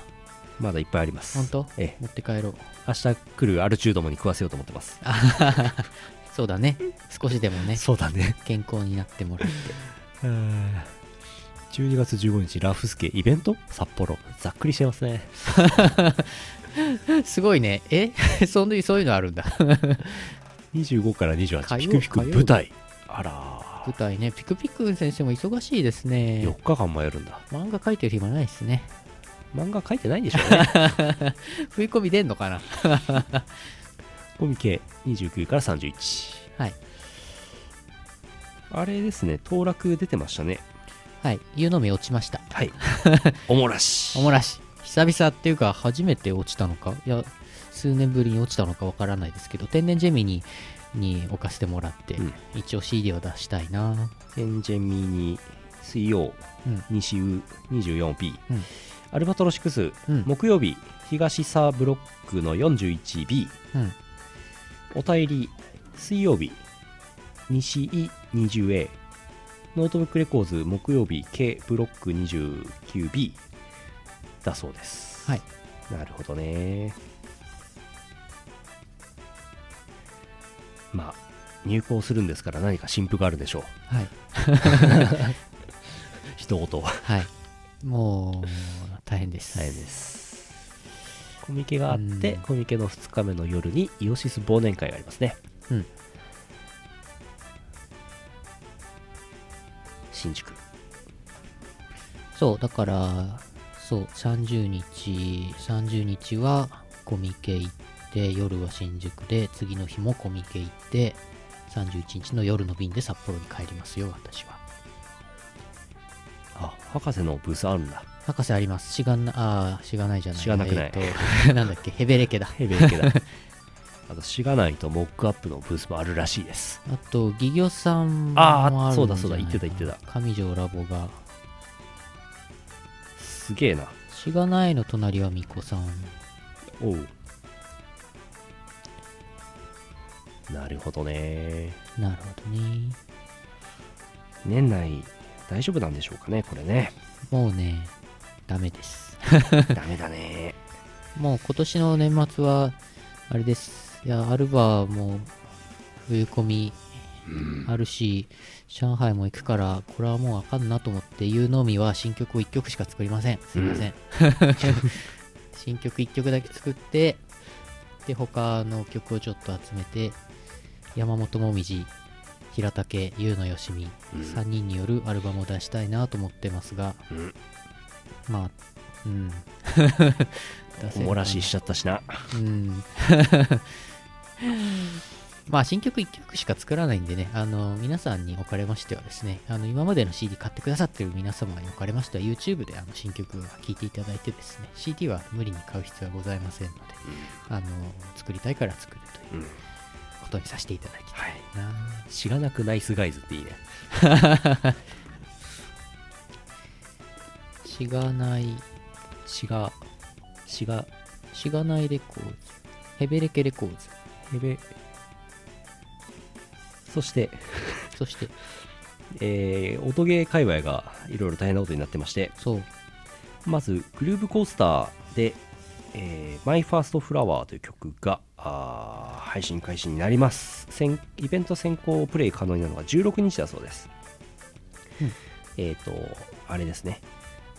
まだいっぱいあります本当ええ持って帰ろう。明日来るアルチュードもに食わせようと思ってますあはははそうだね。少しでもね、そうだね健康になってもらって。 12月15日ラフスケイベント札幌ざっくりしてますねすごいね。え そんなにそういうのあるんだ。 25から火28曜ピクピク火曜舞台あら舞台ね、ピクピク先生も忙しいです4ね。日間もやるんだ漫画描いてる暇ないですね。漫画書いてないんでしょうね振り込み出んのかなコミケ29から31はいあれですね当落出てましたねはい。湯のみ落ちました。はい おもらしおもらし久々っていうか初めて落ちたのかいや数年ぶりに落ちたのかわからないですけど天然ジェミニに置かせてもらって、うん一応 CD を出したいなエンジェミニ水曜、うん西ウ 24B、うんアルバトロシックス、うん木曜日東サブロックの 41B うんお便り水曜日西イ 20A ノートブックレコーズ木曜日 K ブロック 29B だそうですはいなるほどねまあ入稿するんですから何か新譜があるでしょうはい一言ははいもう大変です、大変ですコミケがあって、うんコミケの2日目の夜にイオシス忘年会がありますねうん新宿そうだからそう30日30日はコミケ行って夜は新宿で次の日もコミケ行って31日の夜の便で札幌に帰りますよ私はあ博士のブースあるんだ博士あります。しがな、ああ、しがないじゃない。しがなくないえーと なんだっけ、ヘベレケだ。ヘベレ ケだあとしがないとモックアップのブースもあるらしいですあと、ギギョさんもあーるんじゃないかなそうだそうだ言ってた言ってた上条ラボが。すげえなしがないの隣はみこさん。おうなるほどねなるほどね。年内大丈夫なんでしょうかねこれ ねもうね、ダメです。ダメだねもう今年の年末は、あれです。いや、アルバも冬コミあるし、上海も行くから、これはもうあかんなと思って、言うのみは新曲を1曲しか作りません。すいません。 新曲1曲だけ作って、で、他の曲をちょっと集めて、山本もみじ、平竹、優のよしみ、うん3人によるアルバムを出したいなと思ってますが、うんまあ、うん。出せ おるかなもらししちゃったしなうんまあ新曲1曲しか作らないんでね、あの皆さんにおかれましてはですね、あの今までの CD 買ってくださってる皆様におかれましては YouTube であの新曲を聴いていただいてですね、CD は無理に買う必要はございませんので、あの作りたいから作るといううんことにさせていただきたはいいな。しがなくナイスガイズっていいねしがない、しがしがしがないレコーズ、ヘベレケレコーズ、へべそして、そして、えー、音ゲー界隈がいろいろ大変なことになってましてそう、まずグルーブコースターで「えー、マイファーストフラワーという曲があー配信開始になります先イベント先行プレイ可能になるのが16日だそうです、うんえっ、ー、とあれですね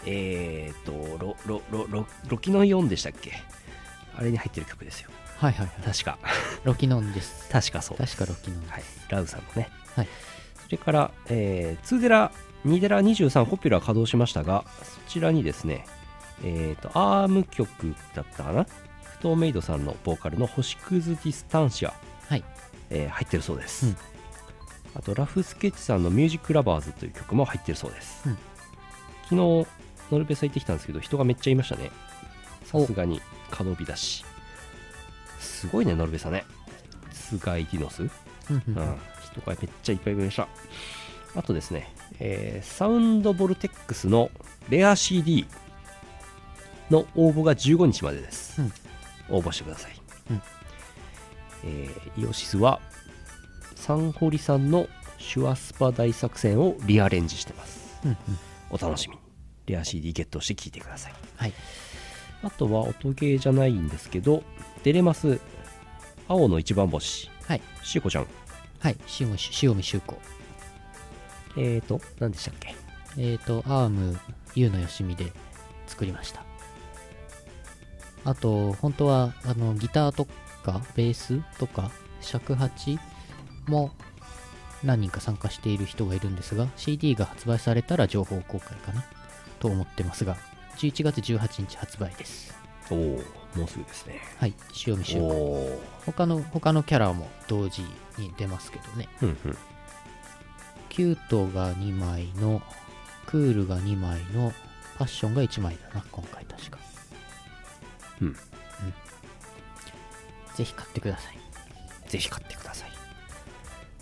えっ、ー、とロロロロロキノイオンでしたっけあれに入ってる曲ですよはいはいはい、確かロキノンです。確かそうです確かロキノンです。はい、ラウさんのね、はいそれから、えー、2デラ、2デラ23コピュラー稼働しましたが、そちらにですね、えっ、と、アーム曲だったかな不透メイドさんのボーカルの星屑ディスタンシア、はいえー入ってるそうです、うんあと、ラフスケッチさんのミュージックラバーズという曲も入ってるそうです。うん昨日、ノルベさん行ってきたんですけど、人がめっちゃいましたね。さすがに稼働日だし。すごいね、ノルベさんね。スガイディノスうんうんうん、人がめっちゃいっぱいいました。あとですね、えーサウンドボルテックスのレア CD の応募が15日までです。うん応募してください。うんえーイオシスは、サンホリさんのシュワスパ大作戦をリアレンジしてます。うんうんお楽しみに。レア CD ゲットして聴いてください。はいあとは音ゲーじゃないんですけど、デレマス、青の一番星、はいシーコちゃん、はい塩見し塩見修子えーと、何でしたっけえっ、とアームゆうのよしみで作りましたあと本当はあのギターとかベースとか尺八も何人か参加している人がいるんですが CD が発売されたら情報公開かなと思ってますが11月18日発売ですおおもうすぐですね。はい塩見修お子お他の他のキャラも同時に出ますけどねー。うんうん。キュートが2枚の、クールが2枚の、パッションが1枚だな、今回確か。うんぜひ買ってください。ぜひ買ってください。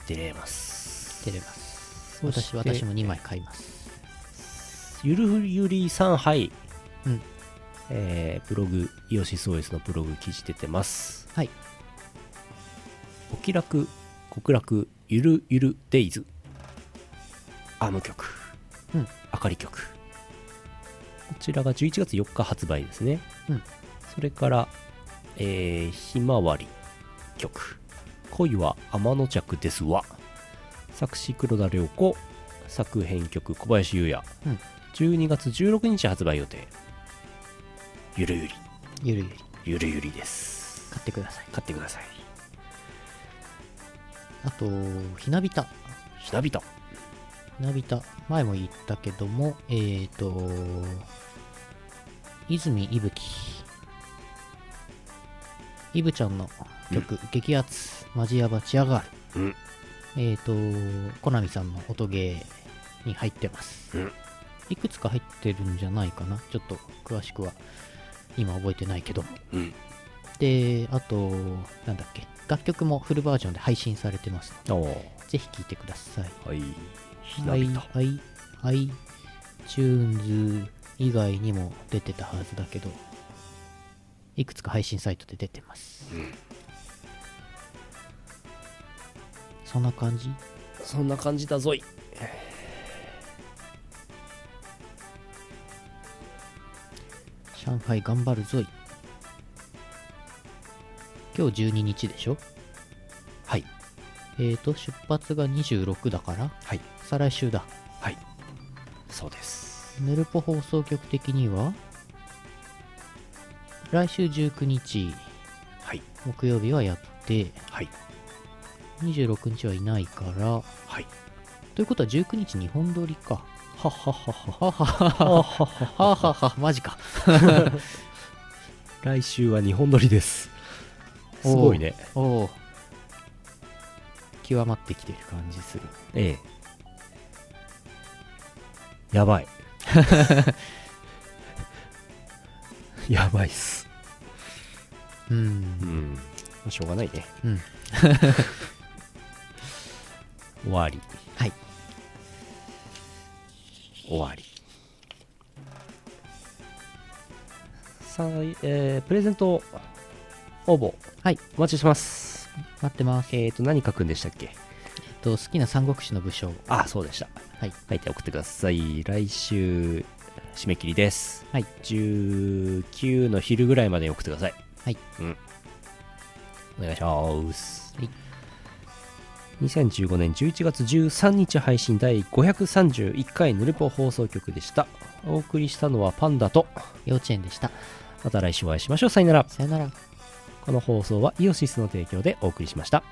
出れます。出れます。そし私、て私も2枚買います。ゆるゆりさん、はい。うんえー、ブログ、イオシス OS のブログ記事出てます。はい。お気楽、極楽、ゆるゆるデイズ。あの曲。うん。あかり曲。こちらが11月4日発売ですね。うん。それから、えー、ひまわり曲。恋は天の着ですわ。作詞黒田涼子。作編曲小林優也。うん12月16日発売予定。ゆるゆり。ゆるゆり、ゆるゆりです。買ってください。買ってください。あと、ひなびた。ひなびた。ひなびた、前も言ったけども、えーと、泉いぶき。いぶちゃんの曲、激アツ、マジヤバチアガール。うん。えー、と、コナミさんの音ゲーに入ってます。うんいくつか入ってるんじゃないかな。ちょっと詳しくは今覚えてないけども。うんで、あと、なんだっけ、楽曲もフルバージョンで配信されてますのおで、ぜひ聴いてください。はい。ひなびた。はい、はい、はい。iTunes 以外にも出てたはずだけど、いくつか配信サイトで出てます。そんな感じそんな感じだぞい。上海頑張るぞい今日12日でしょはい。えーと出発が26だからはい。再来週だはい。そうです。ヌルポ放送局的には来週19日はい。木曜日はやってはい。 26日はいないからはい。ということは19日日本撮りかはははは。はははははははマジか 来週は日本撮りです。おすーごいね。おお極まってきてる感じするええ。や ばい。やばいっす。うんうん。しょうがないね。うん。 終わり。はい終わり。さあ、えープレゼント応募。はい。お待ちしてます。待ってますえっ、と、何書くんでしたっけえっと好きな三国志の武将あそうでした。はい書いて送ってください。来週、締め切りです。はい。 19の昼ぐらいまでに送ってください。はい。うん。お願いします。はい。 2015年11月13日配信第531回ヌルポ放送局でした。お送りしたのはパンダと、幼稚園でしたまた来週お会いしましょう。さよなら。さよならこの放送はイオシスの提供でお送りしました。